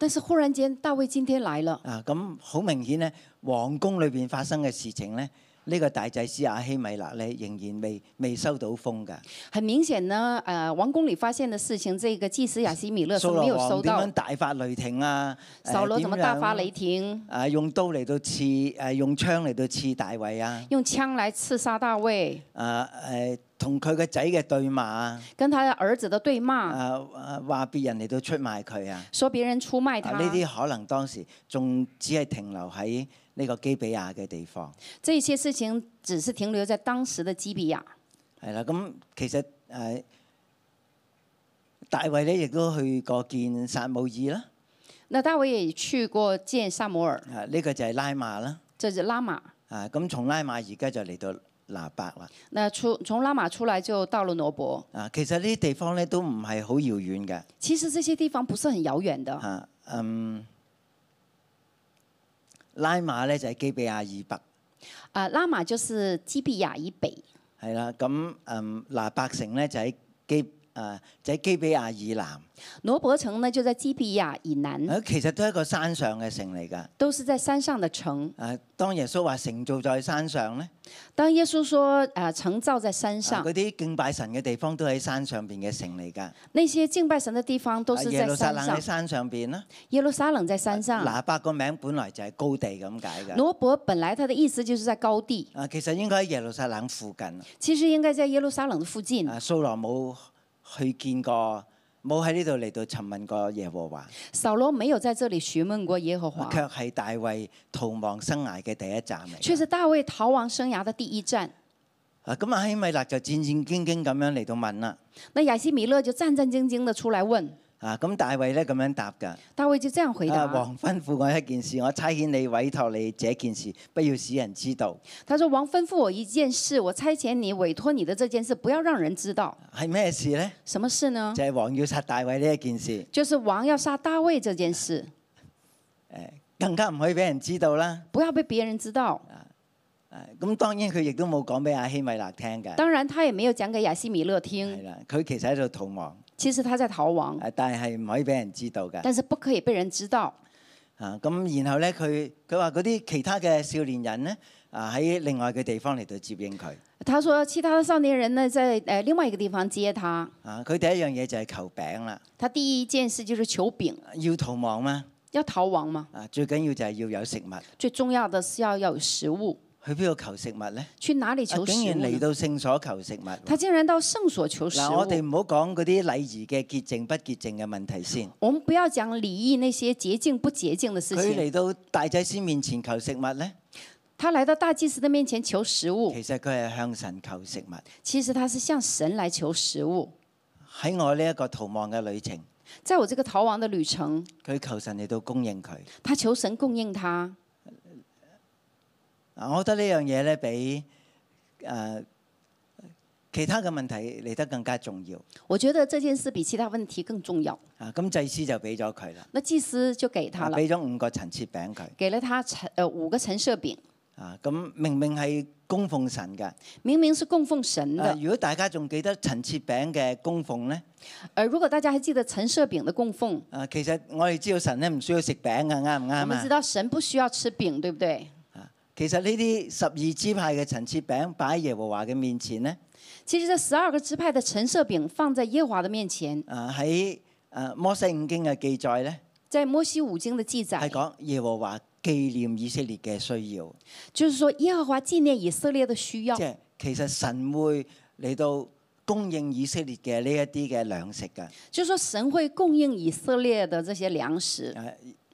Speaker 3: 但是忽然間，大衛今天來了，
Speaker 2: 啊，咁好明顯咧，皇宮裏邊發生嘅事情咧，呢、個大祭司亞希米勒咧仍然未未收到風㗎。
Speaker 3: 很明顯呢，呃，王宮裡發現的事情，這個祭司亞西米勒是
Speaker 2: 掃
Speaker 3: 沒
Speaker 2: 羅
Speaker 3: 有收
Speaker 2: 王點
Speaker 3: 到
Speaker 2: 樣。大發雷霆啊？誒
Speaker 3: 掃羅怎麼大發？雷
Speaker 2: 點樣
Speaker 3: 霆，
Speaker 2: 啊！用刀嚟到刺，誒、用槍嚟到刺大衛啊！
Speaker 3: 用槍來刺殺大衛，
Speaker 2: 啊誒，同佢個仔嘅對罵啊！
Speaker 3: 跟他的兒子的對罵，
Speaker 2: 啊啊話別人嚟到出賣佢啊！
Speaker 3: 說別人出賣他。
Speaker 2: 啊呢啲可能當時仲只係停留喺呢個基比亞嘅地方。
Speaker 3: 这些事情只是停留在当时的基比亚。
Speaker 2: 係啦，咁其實誒、呃大衛咧亦都去過見撒姆耳啦，
Speaker 3: 那大卫也去過见萨摩尔，
Speaker 2: 啊呢、個就係拉馬啦，
Speaker 3: 这是拉玛。
Speaker 2: 啊咁從拉馬而家就嚟到拿伯啦，
Speaker 3: 那出从拉玛出来就到了挪伯。
Speaker 2: 啊其實呢啲地方咧都唔係好遙遠嘅，
Speaker 3: 其实这些地方不是很遙遠的。
Speaker 2: 啊嗯，拉馬咧就係基比亞以北，
Speaker 3: 啊，拉玛就是基比亚以北，
Speaker 2: 係啦，咁嗯拿伯城咧就喺基誒、啊，就喺基比亞以南，
Speaker 3: 挪伯城呢就在基比亚以南，
Speaker 2: 啊其實都係一個山上嘅城嚟㗎。
Speaker 3: 都是在山上的城。
Speaker 2: 啊，當耶穌話城造在山上咧，
Speaker 3: 当耶稣说啊城造在山
Speaker 2: 啊
Speaker 3: 上，
Speaker 2: 嗰啲敬拜神嘅地方都喺山上邊嘅城嚟㗎。
Speaker 3: 那些敬拜神的地方都
Speaker 2: 啊
Speaker 3: 是
Speaker 2: 耶
Speaker 3: 在
Speaker 2: 路撒
Speaker 3: 山
Speaker 2: 冷啊
Speaker 3: 上
Speaker 2: 喺。山上邊啦。
Speaker 3: 耶路撒冷在山上，
Speaker 2: 拿伯個名本來就係高地咁解㗎。
Speaker 3: 挪伯本来他的意思就是在高地，
Speaker 2: 啊，其實應該喺耶路撒冷附近。
Speaker 3: 其实应该在耶路撒冷的附近。
Speaker 2: 啊，掃羅冇去見過，冇喺呢度嚟到尋問過耶和華，
Speaker 3: 扫罗没有在这里询问过耶和华，
Speaker 2: 卻係大衛逃亡生涯嘅第一站嚟
Speaker 3: 却
Speaker 2: 㗎。
Speaker 3: 是大卫逃亡生涯的第一站。
Speaker 2: 啊，咁啊希米勒就戰戰兢兢咁樣嚟到問啦。
Speaker 3: 那亚西米勒就战战兢兢的出来问
Speaker 2: 啊，咁大衛咧咁樣答㗎。
Speaker 3: 大卫，就这样回答、
Speaker 2: 啊，王吩咐我一件事，我差遣你委託你這件事，不要使人知道。
Speaker 3: 他说：“王吩咐我一件事，我差遣你委托你的这件事，不要让人知道。
Speaker 2: 係咩事呢？
Speaker 3: 什么事呢？
Speaker 2: 就係、王要殺大衛呢一件事，
Speaker 3: 就是王要杀大卫这件事，
Speaker 2: 更加唔可以俾人知道啦。
Speaker 3: 不要被别人知道。
Speaker 2: 啊咁當然佢亦都冇講俾阿希米勒聽㗎。
Speaker 3: 当然，他也没有讲给亚西米勒
Speaker 2: 係
Speaker 3: 听，
Speaker 2: 啦，佢其實喺度逃亡，
Speaker 3: 其实他在逃亡，
Speaker 2: 啊但係唔可以俾人知道㗎。
Speaker 3: 但是不可以被人知道。
Speaker 2: 啊，咁然後咧，佢佢話嗰啲其他嘅少年人咧，啊喺另外嘅地方嚟到接應佢。
Speaker 3: 他说，其他的少年人呢，在呃另外一个地方接他。
Speaker 2: 啊，佢第一樣嘢就係求餅啦，
Speaker 3: 他第一件事就是求饼，
Speaker 2: 要逃亡嘛。
Speaker 3: 要逃亡嘛。
Speaker 2: 啊，最緊要就係要有食物。
Speaker 3: 最重要的是要要有食物，
Speaker 2: 去邊度求食物咧？
Speaker 3: 去哪里
Speaker 2: 啊
Speaker 3: 求食
Speaker 2: 竟
Speaker 3: 物
Speaker 2: 然嚟
Speaker 3: 呢？
Speaker 2: 到聖所求食物喎。
Speaker 3: 他竟然到圣所求食
Speaker 2: 嗱，我哋
Speaker 3: 物。
Speaker 2: 唔好講嗰啲禮儀嘅潔淨不潔淨嘅問題先。
Speaker 3: 我们不要讲礼仪那些洁净不洁净的事
Speaker 2: 佢
Speaker 3: 情。
Speaker 2: 嚟到大祭司面前求食物咧，
Speaker 3: 他来到大祭司的面前求食物，
Speaker 2: 其實佢係向神求食物。
Speaker 3: 其实他是向神来求食物。
Speaker 2: 喺我呢一個逃亡嘅旅程，
Speaker 3: 在我这个逃亡的旅程，
Speaker 2: 佢求神嚟到供應佢。
Speaker 3: 他求神供应他。
Speaker 2: 啊，我覺得呢樣嘢咧，比誒、呃其他嘅問題嚟得更加重要。
Speaker 3: 我觉得这件事比其他问题更重要。
Speaker 2: 啊，咁祭司就俾咗佢啦，
Speaker 3: 那祭司就给他
Speaker 2: 啊
Speaker 3: 了，
Speaker 2: 俾咗五個陳設餅佢。
Speaker 3: 给了他陈呃五个陈设饼，
Speaker 2: 啊，咁明明係供奉神嘅。
Speaker 3: 明明是供奉神
Speaker 2: 啊
Speaker 3: 的。
Speaker 2: 如果大家仲記得陳設餅嘅供奉咧，
Speaker 3: 呃，如果大家还记得陈设饼的供奉，
Speaker 2: 啊，其實我哋知道神咧唔需要食餅嘅，啱唔
Speaker 3: 我们知
Speaker 2: 啱啊？
Speaker 3: 道神不需要吃餅，对不對？
Speaker 2: 其實呢啲十二支派嘅陳設餅擺喺耶和華嘅面前咧，
Speaker 3: 其实这十二个支派的陈设餅放在耶和华的面前，
Speaker 2: 啊喺誒摩西五經嘅記載咧，
Speaker 3: 在摩西五经的记
Speaker 2: 係
Speaker 3: 载，
Speaker 2: 講耶和華紀念以色列嘅需要。
Speaker 3: 就是说耶和华纪念以色列的需要
Speaker 2: 即。係其實神會嚟到供應以色列嘅呢一啲嘅糧食㗎。
Speaker 3: 就是说神会供应以色列的这些粮食，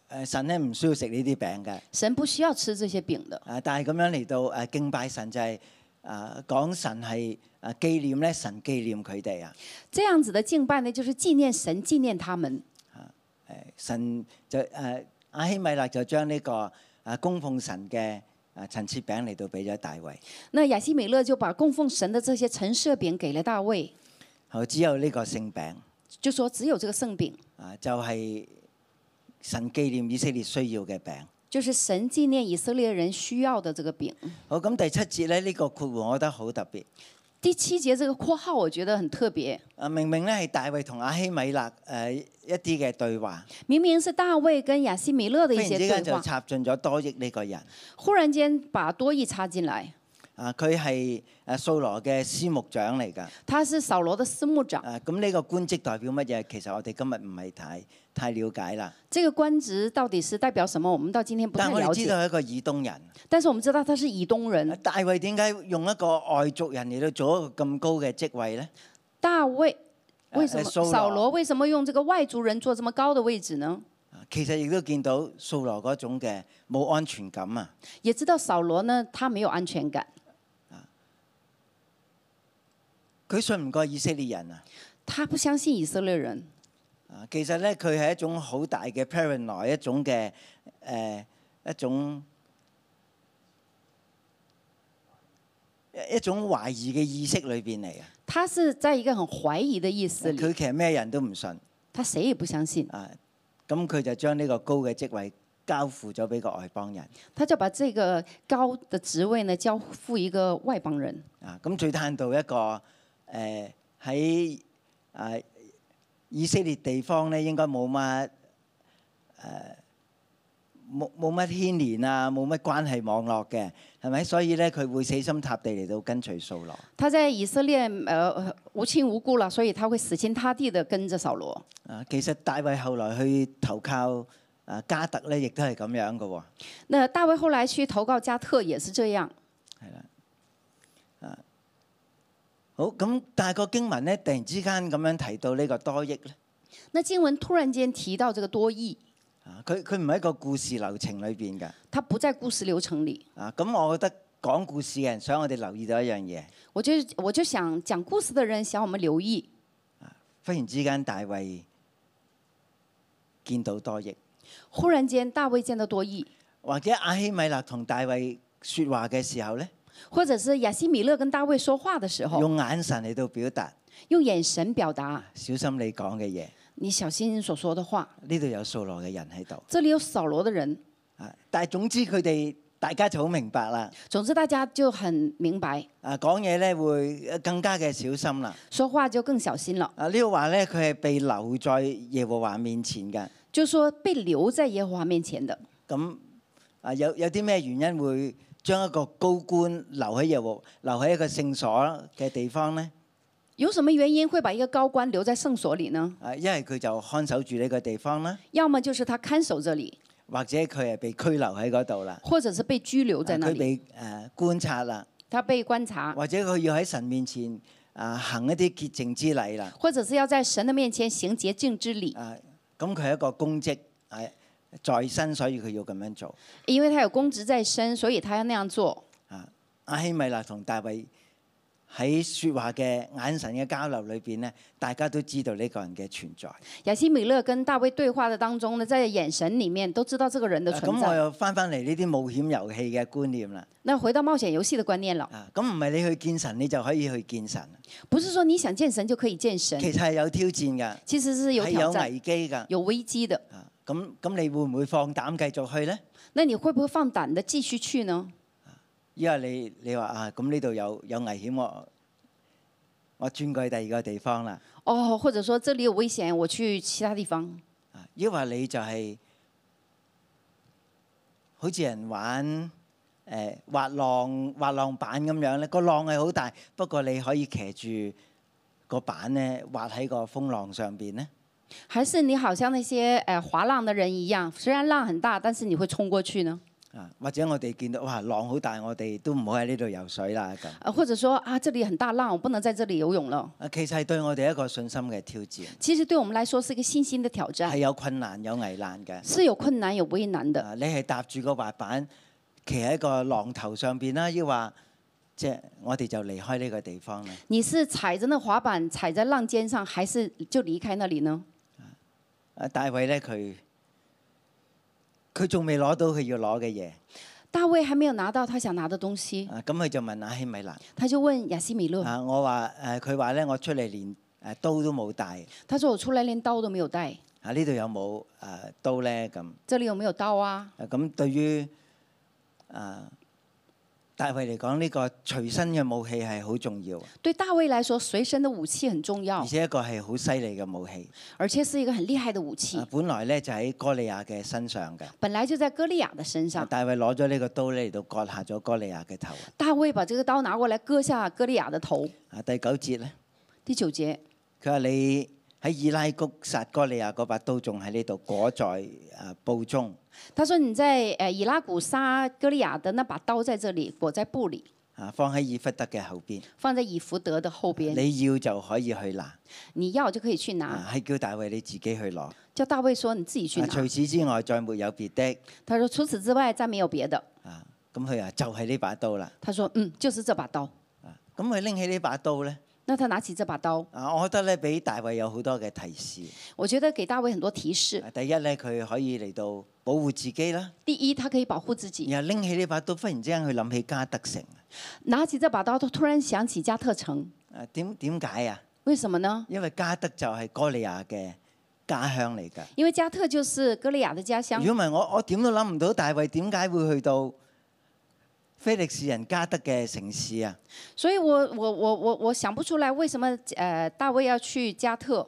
Speaker 2: 誒神咧唔需要食呢啲餅嘅。
Speaker 3: 神不需要吃這些餅的。
Speaker 2: 誒但係咁樣嚟到誒敬拜神就係誒講神係誒紀念咧，神紀念佢哋啊。
Speaker 3: 這樣子的敬拜呢，就是紀念神，紀念他們。
Speaker 2: 誒神就誒阿希米勒就將呢個誒供奉神嘅誒陳設餅嚟到俾咗大衛。
Speaker 3: 那亞西米勒就把供奉神的這些陳設餅給了大衛，
Speaker 2: 好，只有呢個聖餅
Speaker 3: 就說只有這個聖餅，
Speaker 2: 啊，就係、神紀念以色列需要嘅餅。
Speaker 3: 就是神紀念以色列人需要的這個餅。
Speaker 2: 好，咁第七節咧，呢、個括弧我覺得好特別。
Speaker 3: 第七節這個括號我覺得很特別，
Speaker 2: 啊，明明咧係大衛同阿希米勒誒、呃一啲嘅對話，
Speaker 3: 明明是大衛跟亞西米勒
Speaker 2: 忽
Speaker 3: 的一
Speaker 2: 然
Speaker 3: 些
Speaker 2: 之間
Speaker 3: 對
Speaker 2: 就
Speaker 3: 話，
Speaker 2: 插進咗多益呢個人。
Speaker 3: 忽然間把多益插進來，
Speaker 2: 啊，佢係誒掃羅嘅司牧長嚟㗎。
Speaker 3: 他是掃羅的司牧長，
Speaker 2: 啊，咁呢個官職代表乜嘢？其實我哋今日唔係太太了解啦。
Speaker 3: 這個官職到底是代表什麼？我們到今天不太
Speaker 2: 但我
Speaker 3: 了
Speaker 2: 哋知
Speaker 3: 解
Speaker 2: 道。係一個以東人。啊
Speaker 3: 但是我们知道他是以东人，
Speaker 2: 大衛點解用一個外族人嚟到做一個咁高嘅職位咧？
Speaker 3: 大卫
Speaker 2: 呃
Speaker 3: 为什么
Speaker 2: 呃，Saul
Speaker 3: 扫罗为什么用这个外族人做这么高的位置呢？
Speaker 2: 啊其實亦都見到掃羅嗰種嘅冇安全感啊！
Speaker 3: 也知道扫罗呢，他没有安全感，
Speaker 2: 佢信唔過以色列人啊！
Speaker 3: 他不相信以色列人。
Speaker 2: 啊，其實咧佢係一種好大嘅 paranoid 一種嘅誒、呃一種一一種懷疑嘅意識裏邊嚟啊！
Speaker 3: 他是在一个很怀疑的意思里，
Speaker 2: 佢其實咩人都唔信
Speaker 3: 他谁也不相信，
Speaker 2: 啊，咁佢就將呢個高嘅職位交付咗俾個外邦人
Speaker 3: 他就把這個高的职位呢交付一个外邦人。
Speaker 2: 啊！咁最嘆到一個誒喺啊以色列地方咧，應該冇乜誒冇冇乜牽連啊，冇乜關係網絡嘅，係咪？所以咧，佢會死心塌地嚟到跟隨掃羅。
Speaker 3: 他在以色列呃无亲无故了，所以他会死心塌地的跟着扫罗。
Speaker 2: 啊，其實大衛後來去投靠啊加特咧，亦都係咁樣嘅喎。
Speaker 3: 那大卫后来去投靠加特也是这样。
Speaker 2: 好咁，但係個經文咧，突然之間咁樣提到呢個多益咧，
Speaker 3: 那经文突然间提到这个多义，
Speaker 2: 啊，佢佢唔係一個故事流程裏邊嘅。
Speaker 3: 它不在故事流程里。
Speaker 2: 啊，咁我覺得講故事嘅人想我哋留意到一樣嘢，
Speaker 3: 我就我就想讲故事的人想我们留意，
Speaker 2: 忽然之間大衛見到多益。
Speaker 3: 忽然间大卫见到多义，
Speaker 2: 或者阿希米勒同大衛説話嘅時候呢，
Speaker 3: 或者是亚西米勒跟大卫说话的时候，
Speaker 2: 用眼神嚟到表達，
Speaker 3: 用眼神表达
Speaker 2: 小心你講嘅嘢。
Speaker 3: 你小心所说的话。
Speaker 2: 呢度有掃羅嘅人喺度，
Speaker 3: 这里有扫罗的人，
Speaker 2: 啊！但係總之佢哋大家就好明白啦。
Speaker 3: 总之大家就很明白，
Speaker 2: 啊，講嘢呢會更加嘅小心啦。
Speaker 3: 说话就更小心了。
Speaker 2: 啊，呢度話呢，佢係被留在耶和華面前嘅。
Speaker 3: 就说被留在耶和华面前的，
Speaker 2: 咁啊，有有啲咩原因會將一個高官留喺耶和留喺一個聖所嘅地方呢？
Speaker 3: 有什么原因会把一个高官留在圣所里呢？
Speaker 2: 啊，一係佢就看守住呢個地方啦，
Speaker 3: 要么就是他看守这里，
Speaker 2: 或者佢係被拘留喺嗰度啦。啊
Speaker 3: 或者是被拘留在那
Speaker 2: 佢
Speaker 3: 里，
Speaker 2: 被誒觀察啦，
Speaker 3: 他被观察，
Speaker 2: 或者佢要喺神面前啊行一啲潔淨之禮啦。
Speaker 3: 或者是要在神的面前行洁净之礼，
Speaker 2: 啊，咁佢係一個公職係在身，所以佢要咁樣做。
Speaker 3: 因为他有公职在身，所以他要那样做。
Speaker 2: 啊，阿希米勒同大衛喺説話嘅眼神嘅交流裏邊呢，大家都知道呢個人嘅存在。啊
Speaker 3: 亚西米勒跟大卫对话的当中呢，在眼神里面都知道这个人的存
Speaker 2: 啊咁、我
Speaker 3: 在。
Speaker 2: 又翻翻嚟呢啲冒險遊戲嘅觀念啦。
Speaker 3: 那回到冒险游戏的观念了，
Speaker 2: 啊，咁唔係你去見神，你就可以去見神，
Speaker 3: 不是说你想见神就可以见神，
Speaker 2: 其實係有挑戰㗎，
Speaker 3: 其实是有
Speaker 2: 係有
Speaker 3: 挑战、
Speaker 2: 危機㗎。
Speaker 3: 有危机的。
Speaker 2: 啊，咁咁你會唔會放膽繼續去呢？
Speaker 3: 那你会不會放胆的继续去呢？
Speaker 2: 因為你你話啊，咁呢度有有危險，我我轉過去第二個地方啦。
Speaker 3: 哦，或者说这里有危险，我去其他地方。
Speaker 2: 啊，抑或你就係、好似人玩誒、呃滑浪滑浪板咁樣咧，個浪係好大，不過你可以騎住個板咧滑喺個風浪上邊咧。
Speaker 3: 还是你好像那些呃滑浪的人一样，虽然浪很大，但是你会冲过去呢？
Speaker 2: 啊，或者我哋見到哇浪好大，我哋都唔好喺呢度游水啦咁。
Speaker 3: 呃，或者说啊，这里很大浪，我不能在这里游泳了。
Speaker 2: 啊，其實係對我哋一個信心嘅挑戰，
Speaker 3: 其实對我们来说是一个信心的挑
Speaker 2: 係
Speaker 3: 战，
Speaker 2: 有困難有危難嘅。
Speaker 3: 是有困难有危难的。
Speaker 2: 啊，你係搭住個滑板，騎喺個浪頭上邊啦，抑或即係我哋就離開呢個地方咧。
Speaker 3: 你是踩着那滑板踩在浪尖上，还是就离开那里呢？
Speaker 2: 啊，大衛咧佢佢仲未攞到佢要攞嘅嘢，
Speaker 3: 大卫还没有拿到他想拿的东西，
Speaker 2: 啊咁佢就問阿希米勒，
Speaker 3: 他就問亚西米勒，
Speaker 2: 啊我話誒佢話咧我出嚟連誒刀都冇帶，
Speaker 3: 他说：“我出来连刀都没有带，
Speaker 2: 啊呢度有冇誒刀咧咁？
Speaker 3: 这里有没有刀啊
Speaker 2: 啊咁對於啊大衛嚟講呢個隨身嘅武器係好重要，？”
Speaker 3: 对大卫来说，随身的武器很重
Speaker 2: 而
Speaker 3: 要，
Speaker 2: 且一個係好犀利嘅武器。
Speaker 3: 而且是一个很厉害的武器
Speaker 2: 啊。本來咧就喺哥利亞嘅身上嘅。啊
Speaker 3: 本来就在歌利亚的身上，
Speaker 2: 大衛攞咗呢個刀咧嚟到割下咗哥利亞嘅頭。
Speaker 3: 大卫把这个刀拿过來割下歌利亚的头。
Speaker 2: 啊，第九節咧，
Speaker 3: 第九节，
Speaker 2: 佢話你喺以拉谷殺哥利亞嗰把刀仲喺呢度裹在啊布中。
Speaker 3: 他说：“你在呃以拉谷杀歌利亚的那把刀在这里，裹在布里，
Speaker 2: 啊，放喺以弗德嘅後邊，
Speaker 3: 放在以弗德的后边，
Speaker 2: 你要就可以去拿。
Speaker 3: 你要就可以去拿。
Speaker 2: 啊，係叫大衛你自己去攞。啊啊
Speaker 3: 叫大卫说：“你自己去拿。
Speaker 2: 除此之外，再沒有別的。
Speaker 3: 他说：“除此之外，再没有别的。
Speaker 2: 啊，咁佢啊就係呢把刀啦。”
Speaker 3: 他说：“嗯，就是这把刀。
Speaker 2: 啊，咁佢拎起呢把刀咧，”
Speaker 3: 那他拿起这把刀，
Speaker 2: 啊，我覺得咧俾大衛有好多嘅提示。
Speaker 3: 我觉得给大卫很多提示。
Speaker 2: 啊第一咧，佢可以嚟到保護自己啦。
Speaker 3: 第一，他可以保护自己。
Speaker 2: 然後拎起呢把刀，忽然之間佢諗起加德城。
Speaker 3: 拿起这把刀，他突然想起加特城，
Speaker 2: 啊，點點解啊？
Speaker 3: 为什么呢？
Speaker 2: 因為加德就係哥利亞嘅家鄉嚟㗎。
Speaker 3: 因为加特就是歌利亚的家乡
Speaker 2: 如。果唔係我，我點都諗唔到大衛點解會去到非利士人加德嘅城市啊，
Speaker 3: 所以我我我我我想不出来为什么呃大卫要去加特，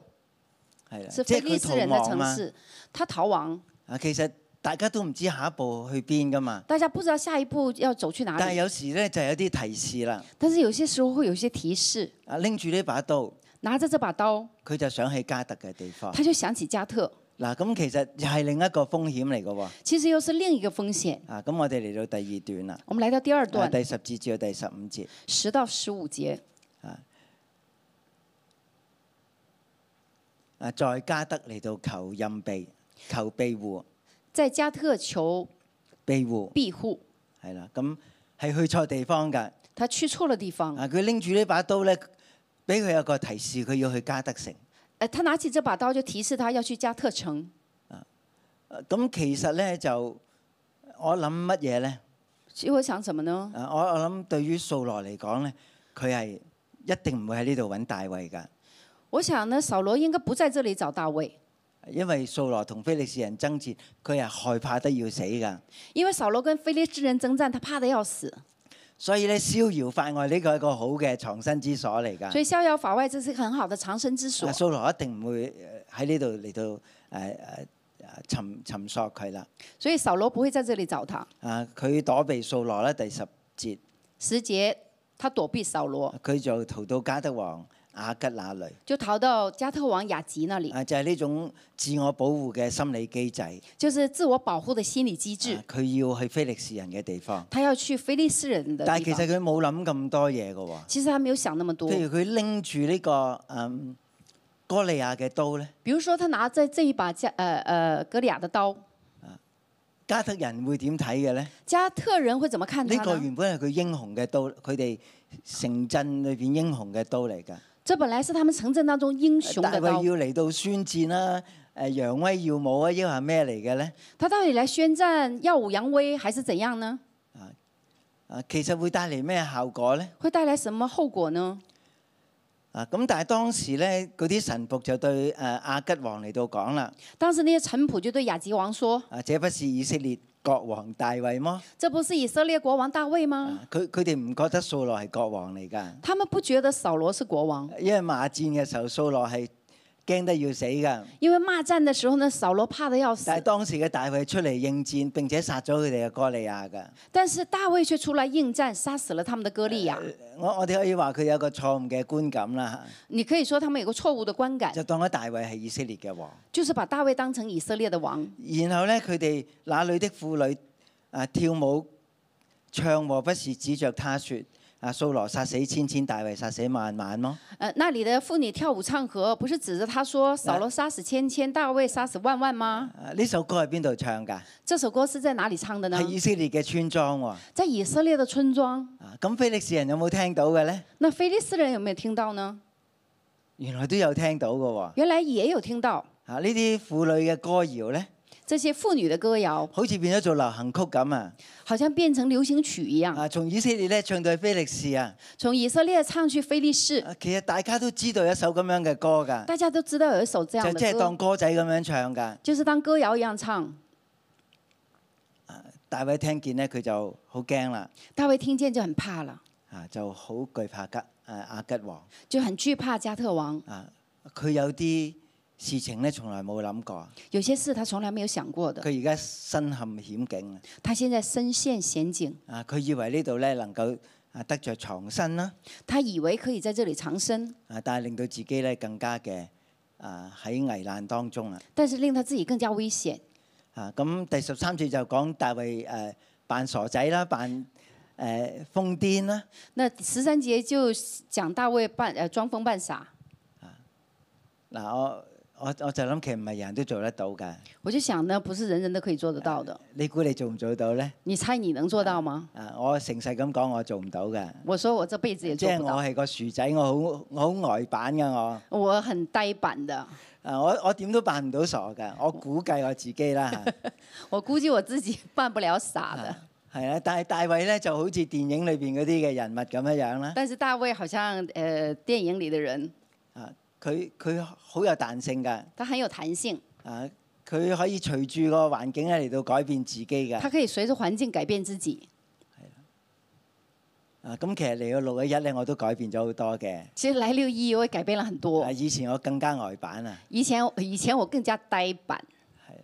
Speaker 2: 係啦，
Speaker 3: 是
Speaker 2: 即
Speaker 3: 非
Speaker 2: 係
Speaker 3: 利
Speaker 2: 佢
Speaker 3: 士人
Speaker 2: 逃
Speaker 3: 的
Speaker 2: 亡
Speaker 3: 城
Speaker 2: 嘛。
Speaker 3: 市，他逃亡，
Speaker 2: 啊，其實大家都唔知下一步去邊噶嘛，
Speaker 3: 大家不知道下一步要走去哪
Speaker 2: 但係
Speaker 3: 里。
Speaker 2: 有時咧就有啲提示啦。
Speaker 3: 但是有些时候会有一些提示，
Speaker 2: 啊，拎住呢把刀，
Speaker 3: 拿着这把刀，
Speaker 2: 佢就想起加特嘅地方。
Speaker 3: 他就想起加特，
Speaker 2: 嗱，咁其實又係另一個風險嚟嘅喎。
Speaker 3: 其实又是另一个风险。
Speaker 2: 啊，咁我哋嚟到第二段啦，
Speaker 3: 我们来到第二
Speaker 2: 啊
Speaker 3: 段
Speaker 2: 第十節至到第十五節。
Speaker 3: 十到十五节，
Speaker 2: 啊，在加德嚟到求任避、求庇護、
Speaker 3: 在加特求
Speaker 2: 庇護，
Speaker 3: 庇护，
Speaker 2: 係啦，咁係去錯地方㗎。
Speaker 3: 他去错了地方。
Speaker 2: 啊，佢拎住呢把刀咧，俾佢有個提示，佢要去加德城。
Speaker 3: 呃，他拿起这把刀就提示他要去加特城。
Speaker 2: 啊咁其實咧就我諗乜嘢咧？
Speaker 3: 其实我想什么呢？
Speaker 2: 啊，我我諗對於掃羅嚟講咧，佢係一定唔會喺呢度揾大衛㗎，
Speaker 3: 我想呢，扫罗应該不在這裡找大衛，
Speaker 2: 因為掃羅同非利士人爭戰，佢係害怕得要死㗎。
Speaker 3: 因為扫罗跟非利士人征戰，他怕得要死。
Speaker 2: 所以咧，逍遙法外呢個係一個好嘅藏身之所嚟㗎。
Speaker 3: 所以逍遙法外，这是一個很好的藏身之所
Speaker 2: 啊，。掃羅一定唔會呃喺呢度嚟到誒誒誒尋尋索佢啦。
Speaker 3: 所以扫罗不會在這裡找他。
Speaker 2: 啊，佢躲避掃羅啦，第十節，
Speaker 3: 十節，他躲避扫羅，
Speaker 2: 啊佢就逃到加德王亞吉那裏。
Speaker 3: 就逃到加特王雅吉那裡，
Speaker 2: 啊，就係呢種自我保護嘅心理機制。啊
Speaker 3: 就是自我保護的心理機制。
Speaker 2: 佢、要去非利士人嘅地方，
Speaker 3: 他要去非利士人的
Speaker 2: 但
Speaker 3: 地
Speaker 2: 係其
Speaker 3: 方。
Speaker 2: 實佢冇諗咁多嘢嘅喎。
Speaker 3: 其實他沒有想那麼多。
Speaker 2: 譬如佢拎住呢個嗯哥利亞嘅刀咧，
Speaker 3: 比如說，他拿着這一把加呃呃格利亞的刀，
Speaker 2: 加特人會點睇嘅咧？
Speaker 3: 加特人會怎麼看
Speaker 2: 呢
Speaker 3: 他
Speaker 2: 個
Speaker 3: 呢？
Speaker 2: 原本係佢英雄嘅刀，佢哋城鎮裏邊英雄嘅刀嚟㗎。
Speaker 3: 这本来是他们城镇当中英雄
Speaker 2: 呃大
Speaker 3: 的刀
Speaker 2: 衛，要嚟到宣戰啦、誒揚威耀武啊，抑或係咩嚟嘅咧？
Speaker 3: 他到底来宣战耀武扬威还是怎樣呢？
Speaker 2: 啊，其實會帶嚟咩效果咧？
Speaker 3: 会带来什麼後果呢？
Speaker 2: 啊，咁但係當時咧，嗰啲神仆就對誒亞吉王嚟到講啦，
Speaker 3: 當時那些臣仆就對雅吉王說
Speaker 2: 啊，這不是以色列國王大衛麼？：“
Speaker 3: 這不是以色列國王大衛嗎？”
Speaker 2: 啊佢佢哋唔覺得掃羅係國王嚟㗎，
Speaker 3: 他们不覺得掃羅是國王，
Speaker 2: 因為罵戰嘅時候掃羅係驚得要死㗎。
Speaker 3: 因為罵戰的時候呢，掃羅怕得要死
Speaker 2: 但係，當時嘅大衛出嚟應戰，並且殺咗佢哋嘅哥利亞㗎。
Speaker 3: 但是大衛卻出來應戰，殺死了他們的歌利亞。
Speaker 2: 我我哋可以話佢有個錯誤嘅觀感啦，
Speaker 3: 你可以說他們有個錯誤的觀感，
Speaker 2: 就當咗大衛係以色列嘅王。
Speaker 3: 就是把大衛當成以色列的王。
Speaker 2: 然後咧，佢哋那裏的婦女啊跳舞唱和，不是指着他說：啊，掃羅殺死千千，大衛殺死萬萬麼？
Speaker 3: 呃，那裡的婦女跳舞唱和，不是指着他說掃羅殺死千千，大衛殺死萬萬嗎？
Speaker 2: 啊呢首歌係邊度唱㗎？
Speaker 3: 這首歌是在哪裡唱的呢
Speaker 2: 係？以色列嘅村莊喎。
Speaker 3: 在以色列的村莊，
Speaker 2: 啊，咁菲利士人有冇聽到嘅咧？
Speaker 3: 那菲利斯人有沒有聽到呢？
Speaker 2: 原來都有聽到嘅喎。
Speaker 3: 原來也有聽到
Speaker 2: 啊，呢啲婦女嘅歌謠咧，
Speaker 3: 這些婦女的歌謠，
Speaker 2: 好似變咗做流行曲咁啊！
Speaker 3: 好像變成流行曲一樣，
Speaker 2: 啊，從以色列咧唱到去菲利士啊，
Speaker 3: 從以色列唱去菲利士。
Speaker 2: 啊其實大家都知道有一首咁樣嘅歌㗎，
Speaker 3: 大家都知道有一首這樣
Speaker 2: 就即
Speaker 3: 的
Speaker 2: 係當
Speaker 3: 歌，
Speaker 2: 歌仔咁樣唱㗎。
Speaker 3: 就是當歌謠一樣唱。
Speaker 2: 大衛聽見咧，佢就好驚啦。
Speaker 3: 大衛聽見就很怕了，
Speaker 2: 啊，就好懼怕吉誒亞吉王
Speaker 3: 就很懼怕加特王。
Speaker 2: 啊！佢有啲事情咧，從來冇諗過。
Speaker 3: 有些事他從來沒有想過的，
Speaker 2: 佢而家身陷險境啊！
Speaker 3: 他現在身陷險境，
Speaker 2: 啊，佢以為呢度咧能夠啊得着藏身啦，
Speaker 3: 他以為可以在這裡藏身，
Speaker 2: 啊，但係令到自己咧更加嘅啊喺危難當中啊！
Speaker 3: 但是令他自己更加危險。
Speaker 2: 啊，咁第十三節就講大衛誒、呃扮傻仔啦，扮誒、呃、瘋癲啦。
Speaker 3: 那十三節就講大衛扮呃裝瘋扮傻，
Speaker 2: 嗱、我我我就諗其實唔係人人都做得到㗎。
Speaker 3: 我就想呢，不是人人都可以做得到的。
Speaker 2: 你估你做唔做到咧？
Speaker 3: 你猜你能做到嗎？
Speaker 2: 啊，我誠實咁講，我做唔到㗎。
Speaker 3: 我說我這輩子也
Speaker 2: 即
Speaker 3: 做
Speaker 2: 係
Speaker 3: 不
Speaker 2: 我
Speaker 3: 到，
Speaker 2: 係個薯仔，我好我好呆板㗎我。
Speaker 3: 我很呆板的。
Speaker 2: 啊，我我點都扮唔到傻㗎，我估計我自 己啦。
Speaker 3: 我估計我自己 扮不了傻的，
Speaker 2: 係啊，但係大衛咧就好似電影裏邊嗰啲嘅人物咁樣樣啦。
Speaker 3: 但是大衛好像呃電影裡的人，
Speaker 2: 啊，佢佢好有彈性㗎。
Speaker 3: 他很有彈性，
Speaker 2: 啊，佢可以隨住個環境咧嚟到改變自己㗎。
Speaker 3: 他可以隨着環境改變自己。
Speaker 2: 啊，咁其實嚟到六一一咧，我都改變咗好多嘅。
Speaker 3: 其實來六一我也改變了很多
Speaker 2: 啊，。以前我更加呆板啊，
Speaker 3: 以前以前我更加呆板，
Speaker 2: 係啦。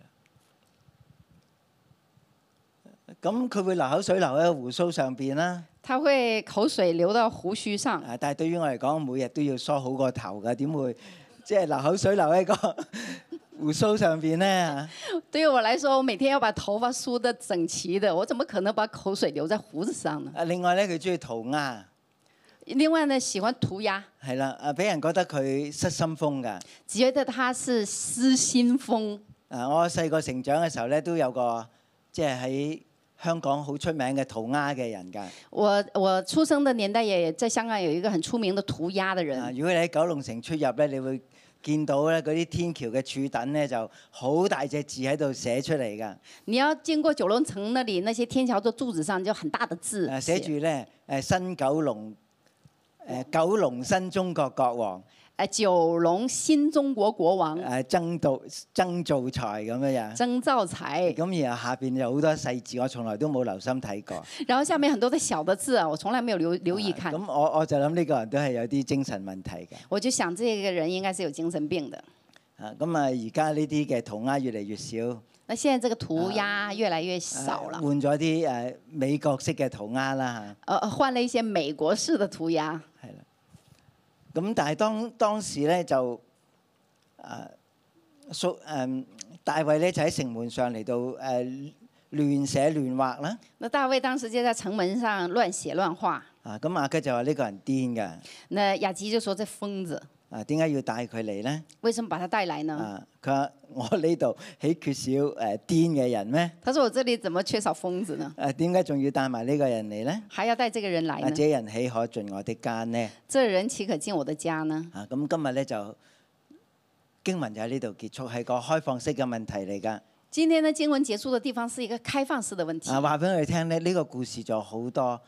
Speaker 2: 咁佢會流口水流喺個胡鬚上邊啦。
Speaker 3: 他會口水流到胡鬚上。
Speaker 2: 啊，但係對於我嚟講，每日都要梳好個頭㗎，點會即係流口水流喺個 胡鬚上邊咧？
Speaker 3: 對於我來說，我每天要把頭髮梳得整齊的，我怎麼可能把口水留在胡子上呢？
Speaker 2: 啊，另外咧，佢中意塗鴉，
Speaker 3: 另外呢，喜歡塗鴉，
Speaker 2: 係啦，啊，俾人覺得佢失心瘋㗎。
Speaker 3: 覺得他是失心瘋。
Speaker 2: 啊，我細個成長嘅時候咧，都有個即係喺香港好出名嘅塗鴉嘅人㗎。
Speaker 3: 我我出生的年代也在香港有一個很出名的塗鴉的
Speaker 2: 啊，
Speaker 3: 人。
Speaker 2: 如果你喺九龍城出入咧，你會見到咧嗰啲天橋嘅柱等咧就好大隻字喺度寫出嚟㗎。
Speaker 3: 你要經過九龍城那裡那些天橋的柱子上就很大的字
Speaker 2: 誒啊寫
Speaker 3: 寫
Speaker 2: 住咧誒新九龍誒九龍新中國國王
Speaker 3: 呃九龍新中國國王
Speaker 2: 誒曾道曾造才咁樣樣。
Speaker 3: 曾灶財，
Speaker 2: 咁然後下邊有好多細字，我從來都冇留心睇過。
Speaker 3: 然後下面很多的小的字啊，我從來沒有留留意看
Speaker 2: 咁、，我我就諗呢個人都係有啲精神問題嘅。
Speaker 3: 我就想這個人應該是有精神病的。
Speaker 2: 啊，咁啊而家呢啲嘅塗鴉越嚟越少，
Speaker 3: 那現在這個塗鴉越來越少
Speaker 2: 啊
Speaker 3: 了，
Speaker 2: 換咗啲誒美國式嘅塗鴉啦嚇。
Speaker 3: 呃，換了一些美國式的塗鴉。
Speaker 2: 係啦。咁但係當當時咧就誒蘇誒大衛咧就喺城門上嚟到誒、呃、亂寫亂畫啦。
Speaker 3: 那大衛當時就在城門上亂寫亂畫，
Speaker 2: 啊，咁阿吉就話呢個人癲㗎，
Speaker 3: 那雅基就說這瘋子，
Speaker 2: 啊點解要帶佢嚟咧？
Speaker 3: 為什麼把他帶來呢？
Speaker 2: 啊，佢話我呢度豈缺少誒癲嘅人咩？
Speaker 3: 他說我這裡怎麼缺少瘋子呢？
Speaker 2: 誒點解仲要帶埋呢個人嚟咧？
Speaker 3: 還要帶這個人來
Speaker 2: 啊，
Speaker 3: 呢？
Speaker 2: 這人豈可進我的家呢？
Speaker 3: 這人豈可進我的家呢？
Speaker 2: 啊，咁今日咧就經文就喺呢度結束，係個開放式嘅問題嚟㗎。
Speaker 3: 今天的經文結束的地方是一個開放式的問題，
Speaker 2: 啊，話俾我哋聽咧，呢、個故事仲有好多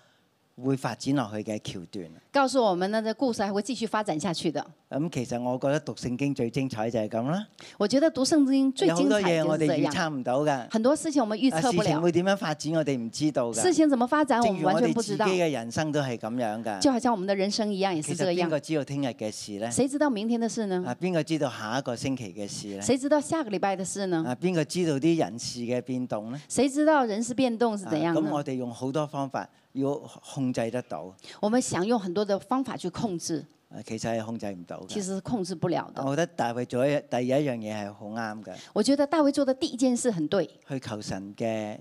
Speaker 2: 會發展落去嘅橋段。
Speaker 3: 告訴我們呢，這故事還會繼續發展下去的。
Speaker 2: 咁、其實我覺得讀聖經最精彩就係咁啦，
Speaker 3: 我覺得讀聖經最
Speaker 2: 有好
Speaker 3: 精
Speaker 2: 多
Speaker 3: 彩
Speaker 2: 嘢
Speaker 3: 就
Speaker 2: 我
Speaker 3: 是
Speaker 2: 哋
Speaker 3: 這
Speaker 2: 預
Speaker 3: 樣，
Speaker 2: 測唔到㗎。
Speaker 3: 很多事情我們預
Speaker 2: 啊
Speaker 3: 測不
Speaker 2: 事情
Speaker 3: 了，
Speaker 2: 會點樣發展，我哋唔知道
Speaker 3: 事
Speaker 2: 㗎。
Speaker 3: 情怎麼發展我
Speaker 2: 正
Speaker 3: 們
Speaker 2: 如我
Speaker 3: 完全
Speaker 2: 哋
Speaker 3: 不
Speaker 2: 自己
Speaker 3: 知道，
Speaker 2: 嘅人生都係咁樣
Speaker 3: 就
Speaker 2: 㗎。
Speaker 3: 好像我們的人生一樣也
Speaker 2: 其
Speaker 3: 是
Speaker 2: 實
Speaker 3: 這
Speaker 2: 邊
Speaker 3: 樣
Speaker 2: 個。知道聽日嘅事呢？
Speaker 3: 誰知道明天的事呢？
Speaker 2: 啊，邊個知道下一個星期嘅事呢？
Speaker 3: 誰知道下個禮拜的事呢？
Speaker 2: 啊，邊個知道啲人事嘅變動呢？
Speaker 3: 誰知道人事變動是
Speaker 2: 啊
Speaker 3: 怎樣
Speaker 2: 咁
Speaker 3: 呢？
Speaker 2: 我哋用好多方法要控制得到，
Speaker 3: 我們想用很多的方法去控制，
Speaker 2: 啊其實係控制唔到
Speaker 3: 其
Speaker 2: 㗎。
Speaker 3: 實是控制不了的。
Speaker 2: 我覺得大衛做一第一樣嘢係好啱嘅。
Speaker 3: 我覺得大衛做的第一件事很對，
Speaker 2: 去求神嘅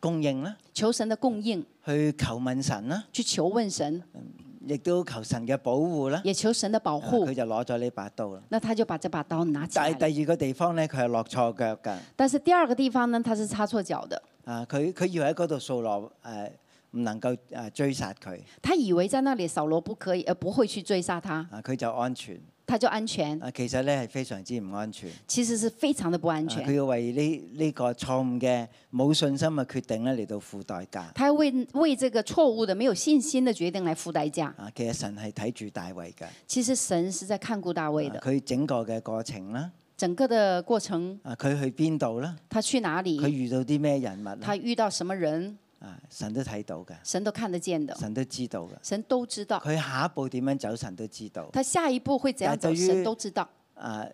Speaker 2: 供應啦，
Speaker 3: 求神的供應，
Speaker 2: 去求問神啦，
Speaker 3: 去求問神，
Speaker 2: 啊亦都求神嘅保護啦。
Speaker 3: 也求神的保
Speaker 2: 啊佢
Speaker 3: 護。
Speaker 2: 就攞咗呢把刀啦。
Speaker 3: 那他就把這把刀拿起來
Speaker 2: 但
Speaker 3: 了。
Speaker 2: 係第二個地方咧，佢係落錯腳㗎。
Speaker 3: 但是第二個地方呢，他是插錯腳的。
Speaker 2: 啊，佢佢以為喺嗰度掃羅誒唔能夠誒追殺佢，
Speaker 3: 他以為在那裡掃羅不可以，呃，不會去追殺他，
Speaker 2: 啊佢就安全。
Speaker 3: 他就安全。
Speaker 2: 啊，其實咧係非常之唔安全。啊
Speaker 3: 其實是非常的不安
Speaker 2: 佢
Speaker 3: 全。
Speaker 2: 要為呢呢個錯誤嘅冇信心嘅決定咧嚟到付代價。
Speaker 3: 他要為為這個錯誤的、沒有信心的決定來付代價。
Speaker 2: 啊，其實神係睇住大衛㗎，啊啊
Speaker 3: 其實神是在看顧大衛的。
Speaker 2: 佢整個嘅過程啦，
Speaker 3: 整個的過程，
Speaker 2: 啊佢去邊度啦，
Speaker 3: 他去哪
Speaker 2: 佢
Speaker 3: 裡，
Speaker 2: 遇到啲咩人物啦。
Speaker 3: 他遇到什麼人，
Speaker 2: 啊，神都睇到嘅，
Speaker 3: 神都看得見的，
Speaker 2: 神都知道嘅。
Speaker 3: 神都知道。
Speaker 2: 佢下一步點樣走，神都知道。
Speaker 3: 他下一步會怎樣
Speaker 2: 但
Speaker 3: 走，
Speaker 2: 對於
Speaker 3: 神都知道。
Speaker 2: 啊，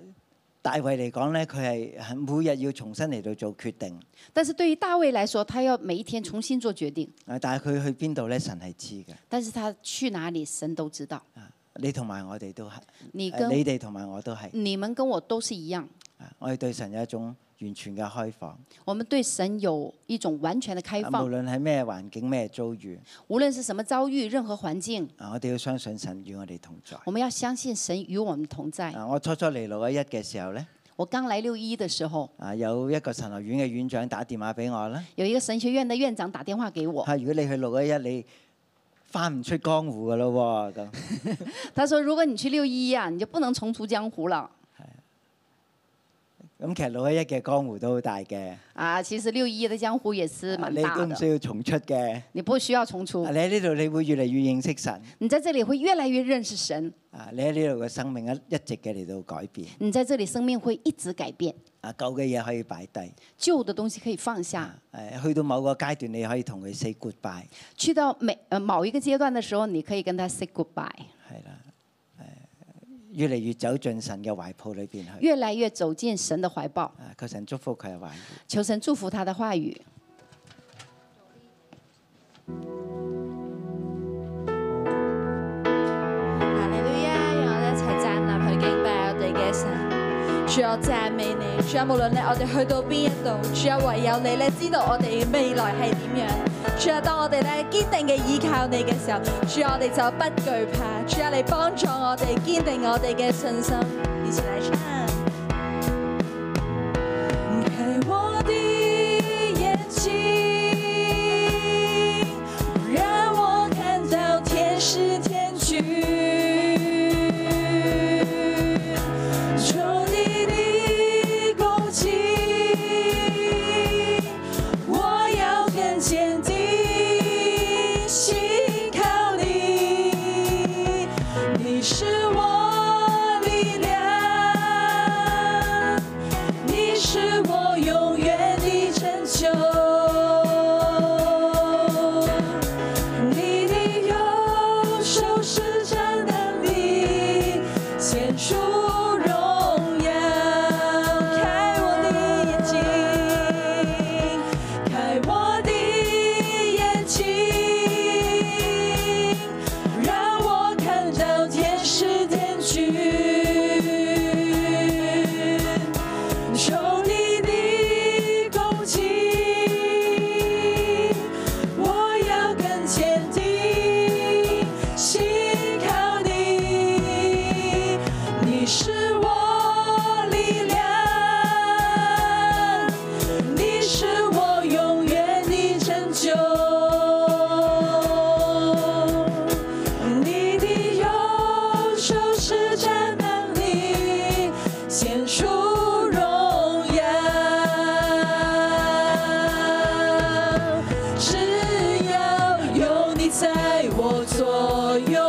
Speaker 2: 大衛嚟講咧，佢係係每日要重新嚟到做決定。
Speaker 3: 但是對於大衛來說，他要每一天重新做決定。
Speaker 2: 啊，但係佢去邊度咧，神係知嘅。
Speaker 3: 但是他去哪裡，神都知道。
Speaker 2: 啊，你同埋我哋都係，
Speaker 3: 你
Speaker 2: 啊
Speaker 3: 跟
Speaker 2: 你哋同埋我都係。
Speaker 3: 你們跟我都是一樣，
Speaker 2: 啊我哋對神有一種完全嘅開放，啊
Speaker 3: 我們對神有一種完全的開
Speaker 2: 無
Speaker 3: 放。
Speaker 2: 論係咩環境、咩遭遇，
Speaker 3: 無論是什麼遭遇，任何環境，
Speaker 2: 啊，我哋要相信神與我哋同在。
Speaker 3: 我們要相信神與我們同在。
Speaker 2: 啊，我初初嚟六一一嘅時候咧，
Speaker 3: 我剛來六一的時候，
Speaker 2: 啊，有一個神學院嘅院長打電話俾我啦。
Speaker 3: 有一個神學院的院長打電話給我，
Speaker 2: 啊，如果你去六一一，你翻唔出江湖噶咯喎咁。
Speaker 3: 他說：“如果你去六一一啊，你就不能重出江湖了。”
Speaker 2: 咁其實六一一嘅江湖都好大嘅，啊
Speaker 3: 啊，其實六一一的江湖也是蠻
Speaker 2: 你
Speaker 3: 大
Speaker 2: 都唔需
Speaker 3: 的，嗯
Speaker 2: 要重出嘅。啊
Speaker 3: 你不需要重出
Speaker 2: 你，喺呢度，你會越嚟越認識神。
Speaker 3: 你在這裡會越來越認識神，
Speaker 2: 啊，你喺呢度嘅生命一一直嘅嚟到改變。
Speaker 3: 你在這裡生命會一直改變，
Speaker 2: 啊，舊嘅嘢可以擺低。
Speaker 3: 舊的東西可以放下。
Speaker 2: 誒，去到某個階段，你可以同佢 say goodbye。
Speaker 3: 去到每呃某一個階段的時候，你可以跟他 say goodbye，
Speaker 2: 係啦，誒，越嚟越走進神嘅懷抱裏邊去。
Speaker 3: 越來越走進神的懷抱，
Speaker 2: 啊，求神祝福佢嘅懷抱。
Speaker 3: 求神祝福他的話語。
Speaker 4: 哈利路亞！讓我哋一齊站立去敬拜我哋嘅神。主我讚美你，主啊，無論咧我哋去到邊一度，主啊，唯有你咧知道我哋嘅未來係點樣。主啊，當我哋咧堅定嘅依靠你嘅時候，主啊，我哋就不懼怕。主啊，你幫助我哋堅定我哋嘅信心。一起來唱。開我的眼睛，讓我看到天使天軍。仇敵的攻擊，我要更堅定，信靠你，你是我力量。你是我永遠的拯救，你的右手施展能力，顯出榮耀。開我的眼睛，開我的眼睛，讓我看到天使天軍。受你的攻擊，我要更堅定，信靠你，你是我力量，你是我永遠的拯救。你的右手施展能力，顯出榮耀。只要有你在我左右，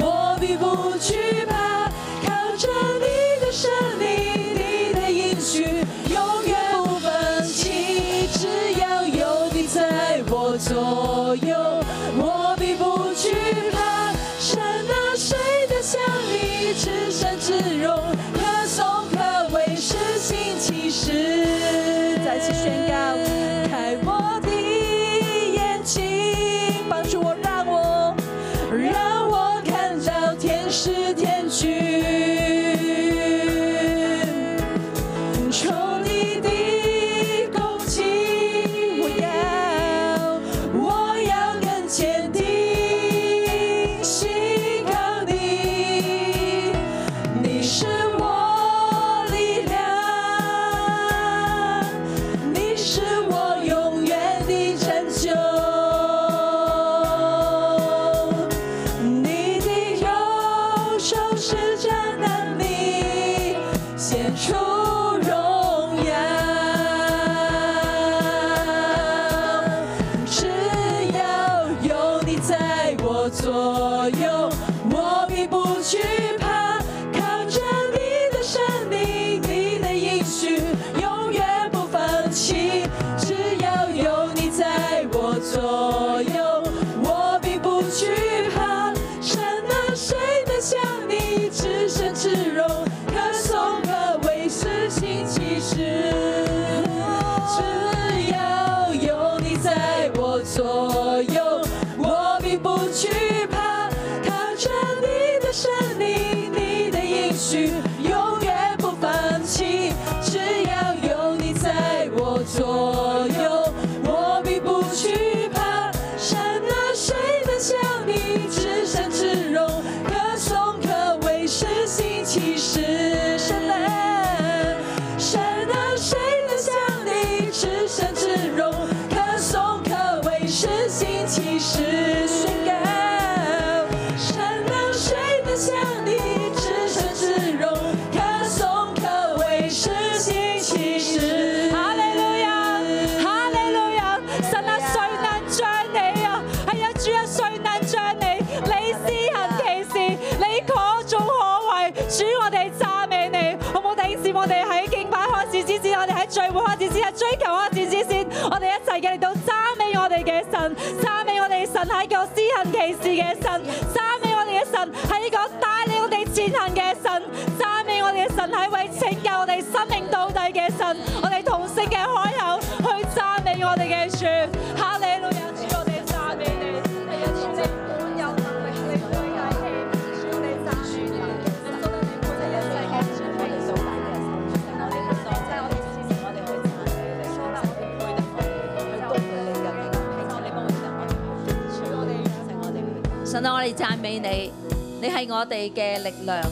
Speaker 4: 我必不惧怕。靠着你的神力，你的應許，永遠不分棄。只要有你在我左右，我必不惧怕。神啊，誰的向你至深至榮，可頌可畏，是新奇事。再次宣告，開我的眼睛，幫助我，讓我，讓我看到天使天軍。仇敵的攻擊，我要，我要更堅定，信靠你，你是我力量，你是我永遠的拯救。你的右手施展能力，顯出榮耀。只要有你在我左右，我必不懼怕。靠着你的神力，你的應許，永遠不放棄。只要有你在我左右，我必不懼怕。神啊，誰能像你至深至榮，可頌可畏，是新奇事。只要有你在我左右，我必不懼怕。靠着你的神力，你的應許，永遠不放棄。只要有你在我左右，我必不懼怕。神啊，誰能像你至善至榮，可頌可畏，是新奇事。神啊，神啊，誰
Speaker 5: 啊哎是我哋喺敬拜開始之前，我哋喺聚會開始之前，追求開始之前，我哋一齊嘅嚟到讚美我哋嘅神，讚美我哋神係一個施行奇事嘅神，讚美我哋嘅神係一個帶領我哋前行嘅神，讚美我哋嘅神係為拯救我哋生命到底嘅神，我哋同聲嘅開口去讚美我哋嘅主，哈利路亞，主我哋讚美你，你嘅主你本有能力，你最大氣，主我哋讚美你，祝你每日一切嘅主我哋到底嘅神，我哋去多謝我哋支持我哋去讚美你，我哋配得我哋去高舉你嘅名，我哋冇人我哋去主我哋養成我哋。
Speaker 6: 神啊，我哋讚美你，你係我哋嘅力量，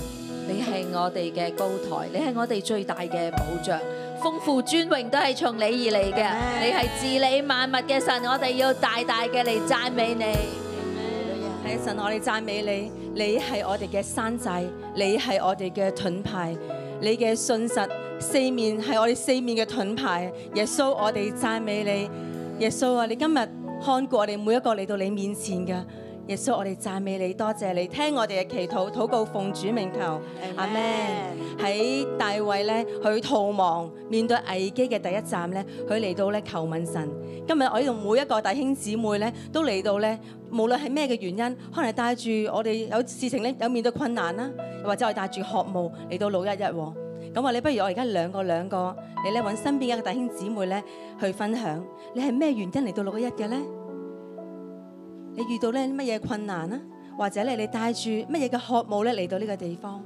Speaker 6: 你係我哋嘅高台，你係我哋最大嘅保障，豐富尊榮都係從你而嚟嘅，你係治理萬物嘅神，我哋要大大嘅嚟讚美你。
Speaker 5: 係神，我哋讚美你，你係我哋嘅山寨，你係我哋嘅盾牌，你嘅信實四面係我哋四面嘅盾牌。耶穌，我哋讚美你，耶穌啊，你今日看顧我哋每一個嚟到你面前嘅。耶穌，我哋讚美你，多謝你聽我哋嘅祈禱，禱告奉主名求，阿門。喺大衛咧，佢逃亡面對危機嘅第一站咧，佢嚟到咧求問神。今日我呢度每一個弟兄姊妹咧，都嚟到咧，無論係咩嘅原因，可能係帶住我哋有事情咧，有面對困難啦，又或者我哋帶住渴慕嚟到老一日喎。咁話你不如我而家兩個兩個，你咧揾身邊一個弟兄姊妹咧去分享，你係咩原因嚟到老一日嘅咧？你遇到咧乜嘢困難啊？或者咧你帶住乜嘢嘅渴慕咧嚟到呢個地方？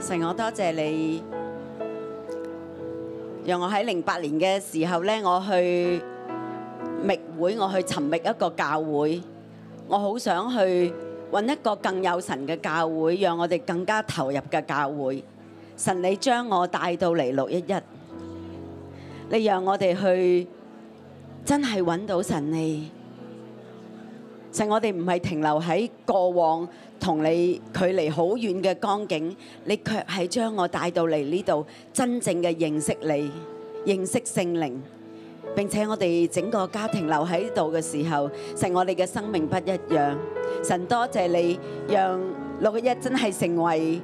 Speaker 7: 神，我多謝你，讓我喺零八年嘅時候咧，我去覓會，我去尋覓一個教會，我好想去揾一個更有神嘅教會，讓我哋更加投入嘅教會。神，你將我帶到嚟六一一，你讓我哋去真係揾到神你。神，我哋唔係停留喺過往同你距離好遠嘅光景，你卻係將我帶到嚟呢度，真正嘅認識你，認識聖靈。並且我哋整個家庭留喺度嘅時候，神我哋嘅生命不一樣。神多謝你，讓六一真係成為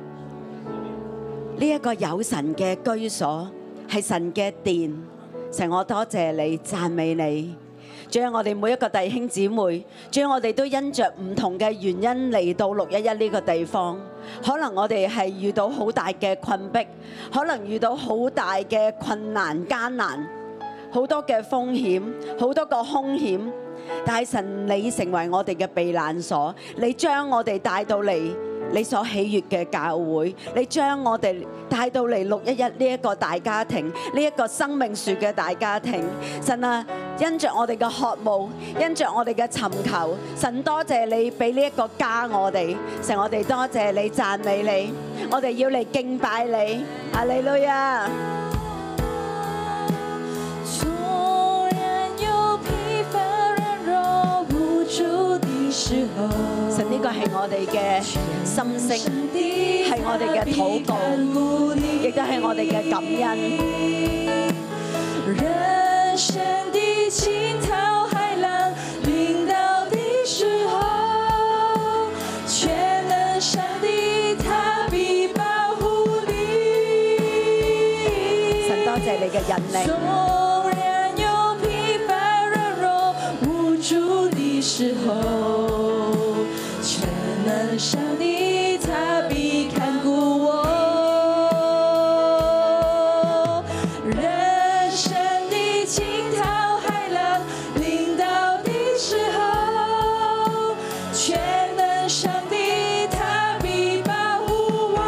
Speaker 7: 呢一個有神嘅居所，係神嘅殿。神我多謝你，讚美你。主啊，我哋每一個弟兄姊妹，主啊，我哋都因着唔同嘅原因嚟到六一一呢個地方。可能我哋係遇到好大嘅困迫，可能遇到好大嘅困難艱難，好多嘅風險，好多個風險。但係神，你成為我哋嘅避難所，你將我哋帶到嚟你所喜悅嘅教會，你將我哋帶到嚟六一一呢一個大家庭，呢一個生命樹嘅大家庭。神啊，因着我哋嘅渴慕，因着我哋嘅尋求，神多謝你俾呢一個家我哋，神我哋多謝你讚美你，我哋要嚟敬拜你，哈利路亞。
Speaker 4: 纵然有疲乏、软弱、无助的时候，
Speaker 7: 神呢個係我哋嘅心聲，係我哋嘅禱告，亦都係我哋嘅感恩。
Speaker 4: 人生的惊涛骇浪临到的时候，全能上帝他必保护你。
Speaker 7: 神多謝你嘅引領。
Speaker 4: 纵然有疲乏、软弱、无助的时候，全能上帝他必看顾我。人生的惊涛骇浪临到的时候，全能上帝他必保护我。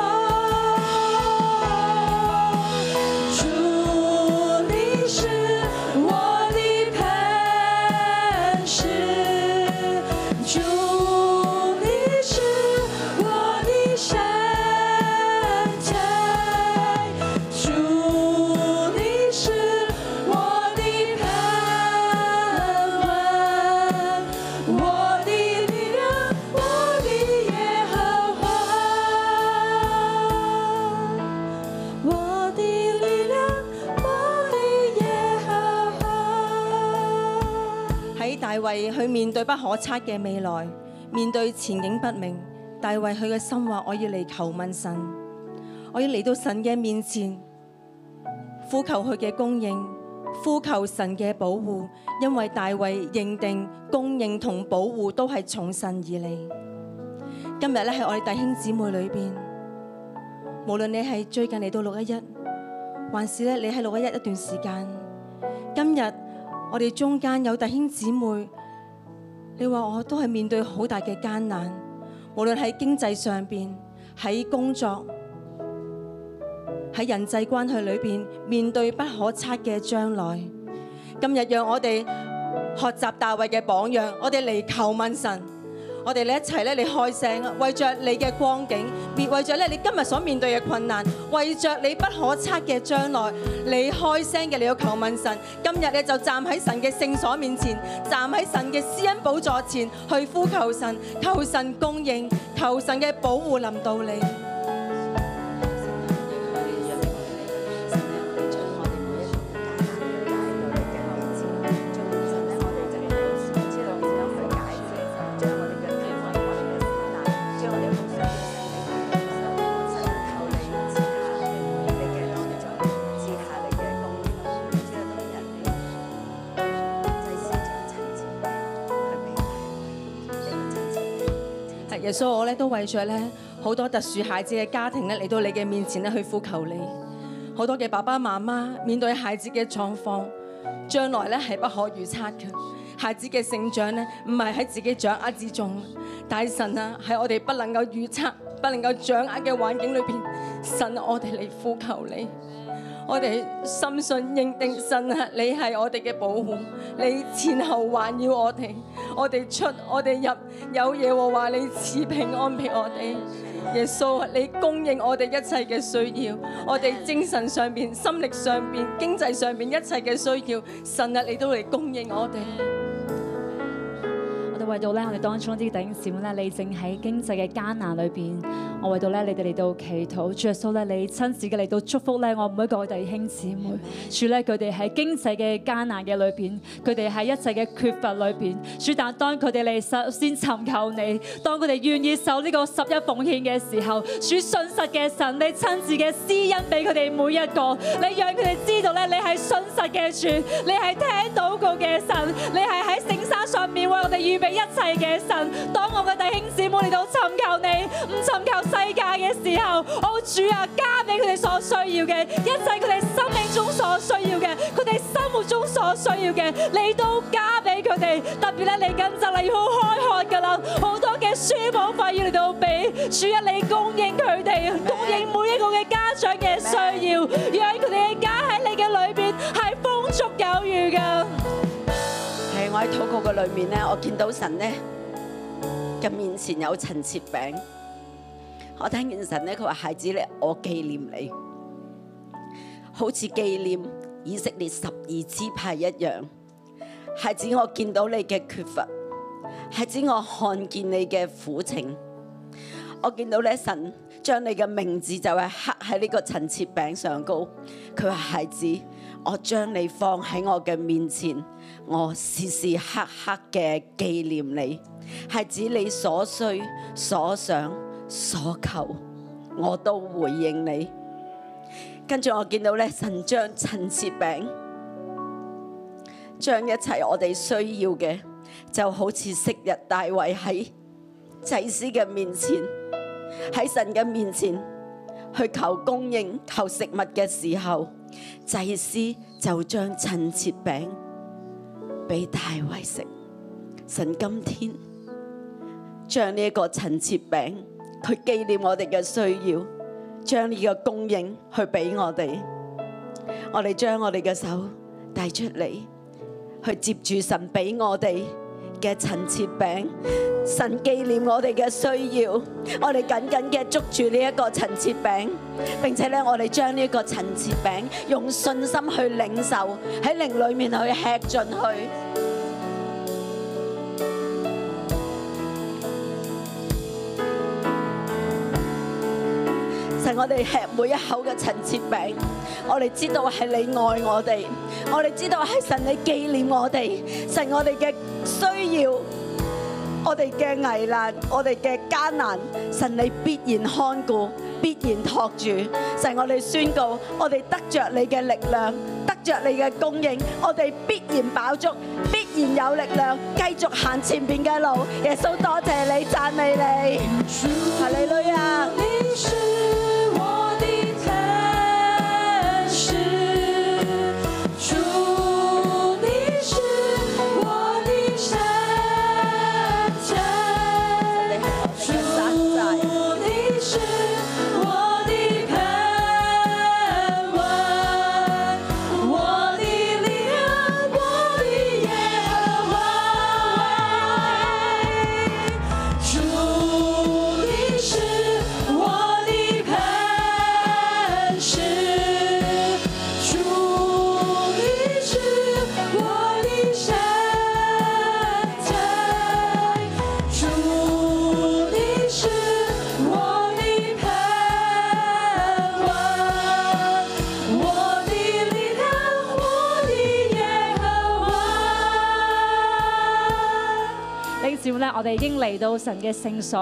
Speaker 4: 主，你是我的磐石，主，你是我的山寨，主，你是我的盼望，我的力量，我的耶和华。我的力量，我的耶和华。
Speaker 5: 喺大衛去面對不可測嘅未來，面對前景不明，大衛佢嘅心話：我要嚟求問神，我要嚟到神嘅面前，呼求佢嘅供應，呼求神嘅保護，因為大衛認定供應同保護都係從神而嚟。今日咧喺我哋弟兄姊妹裏邊，無論你係最近嚟到六一一，還是咧你喺六一一一段時間，今日。我哋中間有弟兄姊妹，你話我都係面對好大嘅艱難，無論喺經濟上邊、喺工作、喺人際關係裏邊，面對不可測嘅將來。今日讓我哋學習大衛嘅榜樣，我哋嚟求問神。我哋咧一齊咧，你開聲，為着你嘅光景，別為着咧你今日所面對嘅困難，為着你不可測嘅將來，你開聲嘅，你要求問神。今日你就站喺神嘅聖所面前，站喺神嘅施恩寶座前，去呼求神，求神供應，求神嘅保護臨到你。係耶穌，我咧都為着咧好多特殊孩子嘅家庭咧嚟到你嘅面前咧去呼求你，好多嘅爸爸媽媽面對孩子嘅狀況，將來咧係不可預測嘅。孩子嘅成長咧，唔係喺自己掌握之中。但係神啊，喺我哋不能夠預測、不能夠掌握嘅環境裏邊，神啊，我哋嚟呼求你。我哋深信認定神啊，你係我哋嘅保護，你前後環繞我哋，我哋出我哋入，有耶和華你賜平安俾我哋。耶穌啊，你供應我哋一切嘅需要，我哋精神上邊、心力上邊、經濟上邊一切嘅需要，神啊，你都嚟供應我哋。
Speaker 8: 我哋為到咧，我哋當中啲弟兄姊妹咧，你正喺經濟嘅艱難裏邊，我為到咧你哋嚟到祈禱，主耶穌咧，你親自嘅嚟到祝福咧我每一個弟兄姊妹，主咧佢哋喺經濟嘅艱難嘅裏邊，佢哋喺一切嘅缺乏裏邊，主但當佢哋嚟首先尋求你，當佢哋願意守呢個十一奉獻嘅時候，主信實嘅神，你親自嘅施恩俾佢哋每一個，你讓佢哋知道咧你係信實嘅主，你係聽禱告嘅神，你係喺聖山上面為我哋預備一切嘅神。當我嘅弟兄姊妹嚟到尋求你，唔尋求世界嘅時候，我主啊，加俾佢哋所需要嘅一切，佢哋生命中所需要嘅，佢哋生活中所需要嘅，你都加俾佢哋。特別咧嚟緊就嚟要開學㗎啦，好多嘅書簿費要嚟到俾，主啊，你供應佢哋，供應每一個嘅家長嘅需要，讓佢哋嘅家喺你嘅裏邊係豐足有餘㗎。
Speaker 7: 係我喺禱告嘅裏面咧，我見到神咧嘅面前有陳設餅。我聽見神咧，佢話：孩子咧，我紀念你，好似紀念以色列十二支派一樣。孩子，我見到你嘅缺乏，孩子，我看見你嘅苦情。我見到咧，神將你嘅名字就係刻喺呢個陳設餅上高。佢話：孩子，我將你放喺我嘅面前，我時時刻刻嘅紀念你。孩子，你所需、所想、所求，我都回應你。跟住我見到咧，神將陳設餅，將一切我哋需要嘅，就好似昔日大衛喺祭司嘅面前。喺神嘅面前去求供應、求食物嘅時候，祭司就將陳設餅俾大衛食。神今天將呢一個陳設餅，佢紀念我哋嘅需要，將呢個供應去俾我哋。我哋將我哋嘅手遞出嚟，去接住神俾我哋嘅陳設餅。神紀念我哋嘅需要，我哋緊緊嘅捉住呢一個陳設餅，並且咧我哋將呢一個陳設餅用信心去領受，喺靈裏面去吃進去。神，我哋吃每一口嘅陳設餅，我哋知道係你愛我哋，我哋知道係神你紀念我哋，神我哋嘅需要。我哋嘅危難，我哋嘅艱難，神你必然看顧，必然托住。神，我哋宣告，我哋得着你嘅力量，得着你嘅供應，我哋必然飽足，必然有力量，繼續行前邊嘅路。耶穌，多謝你，讚美你，哈利路亞。
Speaker 4: 你是我的天使，主你是我的山寨，主你是我的盼望，我的力量，我的耶和华。主，你是我的磐石；主，你是我的山寨；主，你是我的盼望，我的力量，我的耶和华。
Speaker 8: 領照咧，我哋已經嚟到神嘅聖所，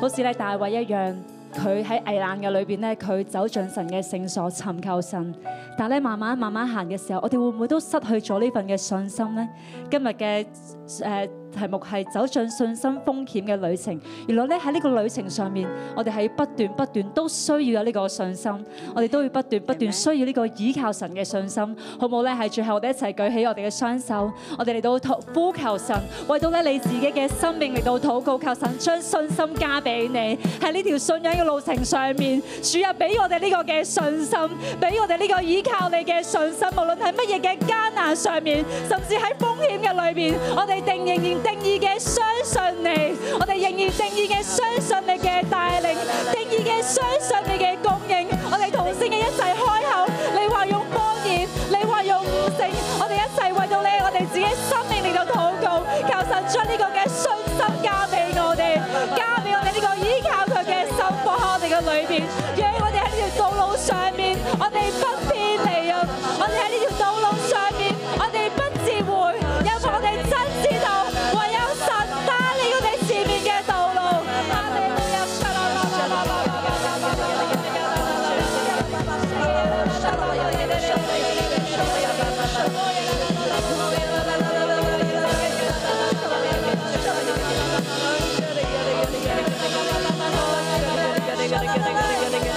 Speaker 8: 好似咧大衛一樣，佢喺危難嘅裏邊咧，佢走進神嘅聖所尋求神。但係咧，慢慢慢慢行嘅時候，我哋會唔會都失去咗呢份嘅信心咧？今日嘅誒題目係走進信心風險嘅旅程。原來咧喺呢個旅程上面，我哋係不斷不斷都需要有呢個信心，我哋都要不斷不斷需要呢個倚靠神嘅信心，好唔好咧？係最後我哋一齊舉起我哋嘅雙手，我哋嚟到禱呼求神，為到咧你自己嘅生命嚟到禱告，求神將信心加俾你。喺呢條信仰嘅路程上面，主啊，俾我哋呢個嘅信心，俾我哋呢個倚靠你嘅信心，無論喺乜嘢嘅艱難上面，甚至喺風險嘅裏面，我哋定仍然定義嘅相信你，我哋仍然定義嘅相信你嘅帶領，定義嘅相信你嘅供應，我哋同聲嘅一齊開口，你話用方言，你話用悟性，我哋一齊為到你，我哋自己生命嚟到禱告，求神將呢個嘅信心加俾我哋，加俾我哋呢個依靠佢嘅心放喺我哋嘅裏邊，讓我哋喺呢條道路上面，我哋不偏離啊！我哋喺呢條道路上面，我哋不自回，因為我哋真知道唯有神帶領我哋前面嘅道路。哈利路亞！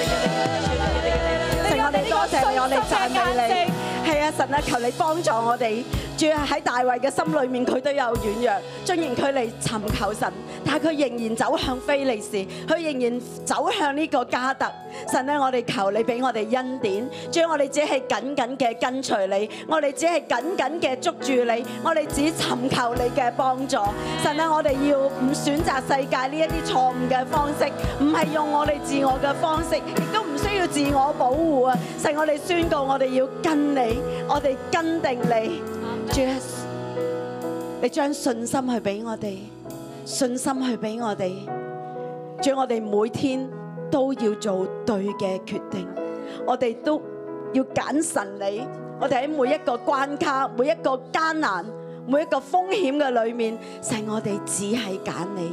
Speaker 7: 神，我哋多謝你，我哋讚美你。係啊，神啊，求你幫助我哋。主要喺大衛嘅心裏面，佢都有軟弱。雖然佢嚟尋求神，但係佢仍然走向非利士，佢仍然走向呢個加特。神咧，我哋求你俾我哋恩典。主要我哋只係緊緊嘅跟隨你，我哋只係緊緊嘅捉住你，我哋只尋求你嘅幫助。神啊，我哋要唔選擇世界呢一啲錯誤嘅方式，唔係用我哋自我嘅方式，亦都唔需要自我保護啊！神，我哋宣告，我哋要跟你，我哋跟定你。主啊，你將信心去俾我哋，信心去俾我哋。主，我哋每天都要做對嘅決定，我哋都要揀神你。我哋喺每一個關卡、每一個艱難、每一個風險嘅裏面，神，我哋只係揀你。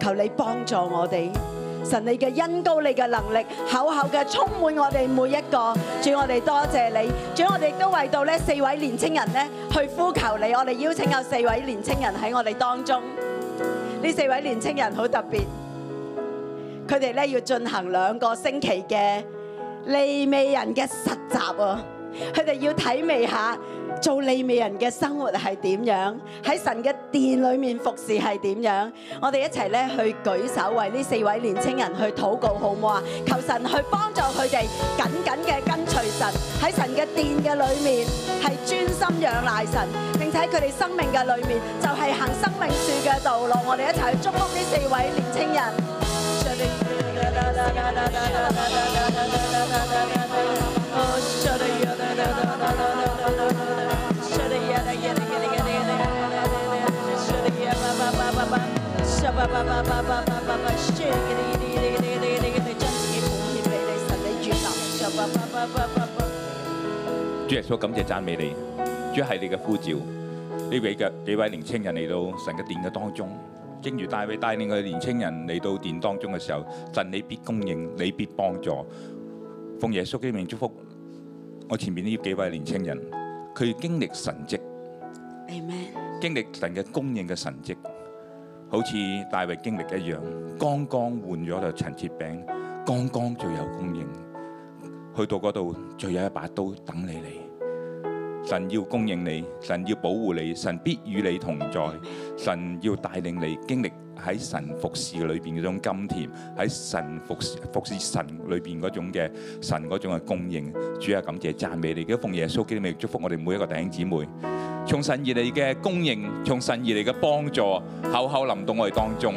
Speaker 7: 求你幫助我哋。神你嘅恩高，你嘅能力，厚厚嘅充滿我哋每一個。主，我哋多謝你。主，我哋都為到呢四位年青人呢去呼求你。我哋邀請有四位年青人喺我哋當中。呢四位年青人好特別，佢哋呢要進行兩個星期嘅利未人嘅實習啊！佢哋要體味下做利未人嘅生活係點樣，喺神嘅殿裏面服侍係點樣。我哋一齊咧去舉手為呢四位年青人去禱告，好唔好啊？求神去幫助佢哋緊緊嘅跟隨神，喺神嘅殿嘅裏面係專心仰賴神，並且喺佢哋生命嘅裏面就係行生命樹嘅道路。我哋一齊去祝福呢四位年青人。
Speaker 9: 主耶穌感謝讚美你，主係你嘅呼召，呢位嘅幾位年青人嚟到神嘅殿嘅當中，正如大衛帶領嘅年青人嚟到殿當中嘅時候，神你必供應，你必幫助。奉耶穌基督名祝福我前面呢幾位年青人，佢經歷神蹟，經歷神嘅供應嘅神蹟，好似大衛經歷一樣，剛剛換咗個陳設餅，剛剛就有供應。去到嗰度就有一把刀等你嚟。神要供應你，神要保護你，神必與你同在，神要帶領你經歷喺神服侍裏邊嗰種甘甜，喺神服侍服侍神裏邊嗰種嘅神嗰種嘅供應。主啊，感謝讚美你，嘅奉耶穌基督名祝福我哋每一個弟兄姊妹。從神而嚟嘅供應，從神而嚟嘅幫助，厚厚臨到我哋當中。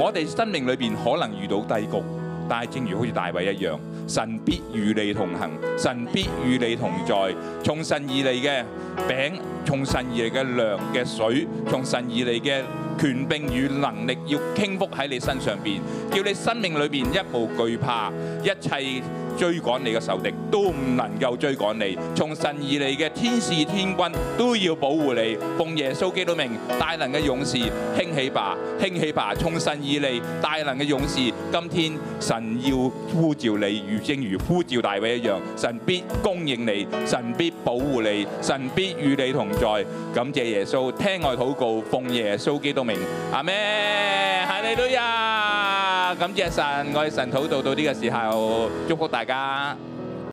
Speaker 9: 我哋生命裏邊可能遇到低谷，但係正如好似大衛一樣，神必與你同行，神必與你同在。從神而嚟嘅餅，從神而嚟嘅糧嘅水，從神而嚟嘅權柄與能力，要傾覆喺你身上邊，叫你生命裏邊一無懼怕，一切。追趕你嘅仇敵都唔能夠追趕你。從神而嚟嘅天使天君都要保護你。奉耶穌基督名，大能嘅勇士興起吧，興起吧！從神而嚟，大能嘅勇士，今天神要呼召你，如正如呼召大衛一樣，神必供應你，神必保護你，神必與你同在。感謝耶穌，聽我禱告，奉耶穌基督名，阿咩？哈利路亞！感謝神，我哋神禱到到呢個時候，祝福大家。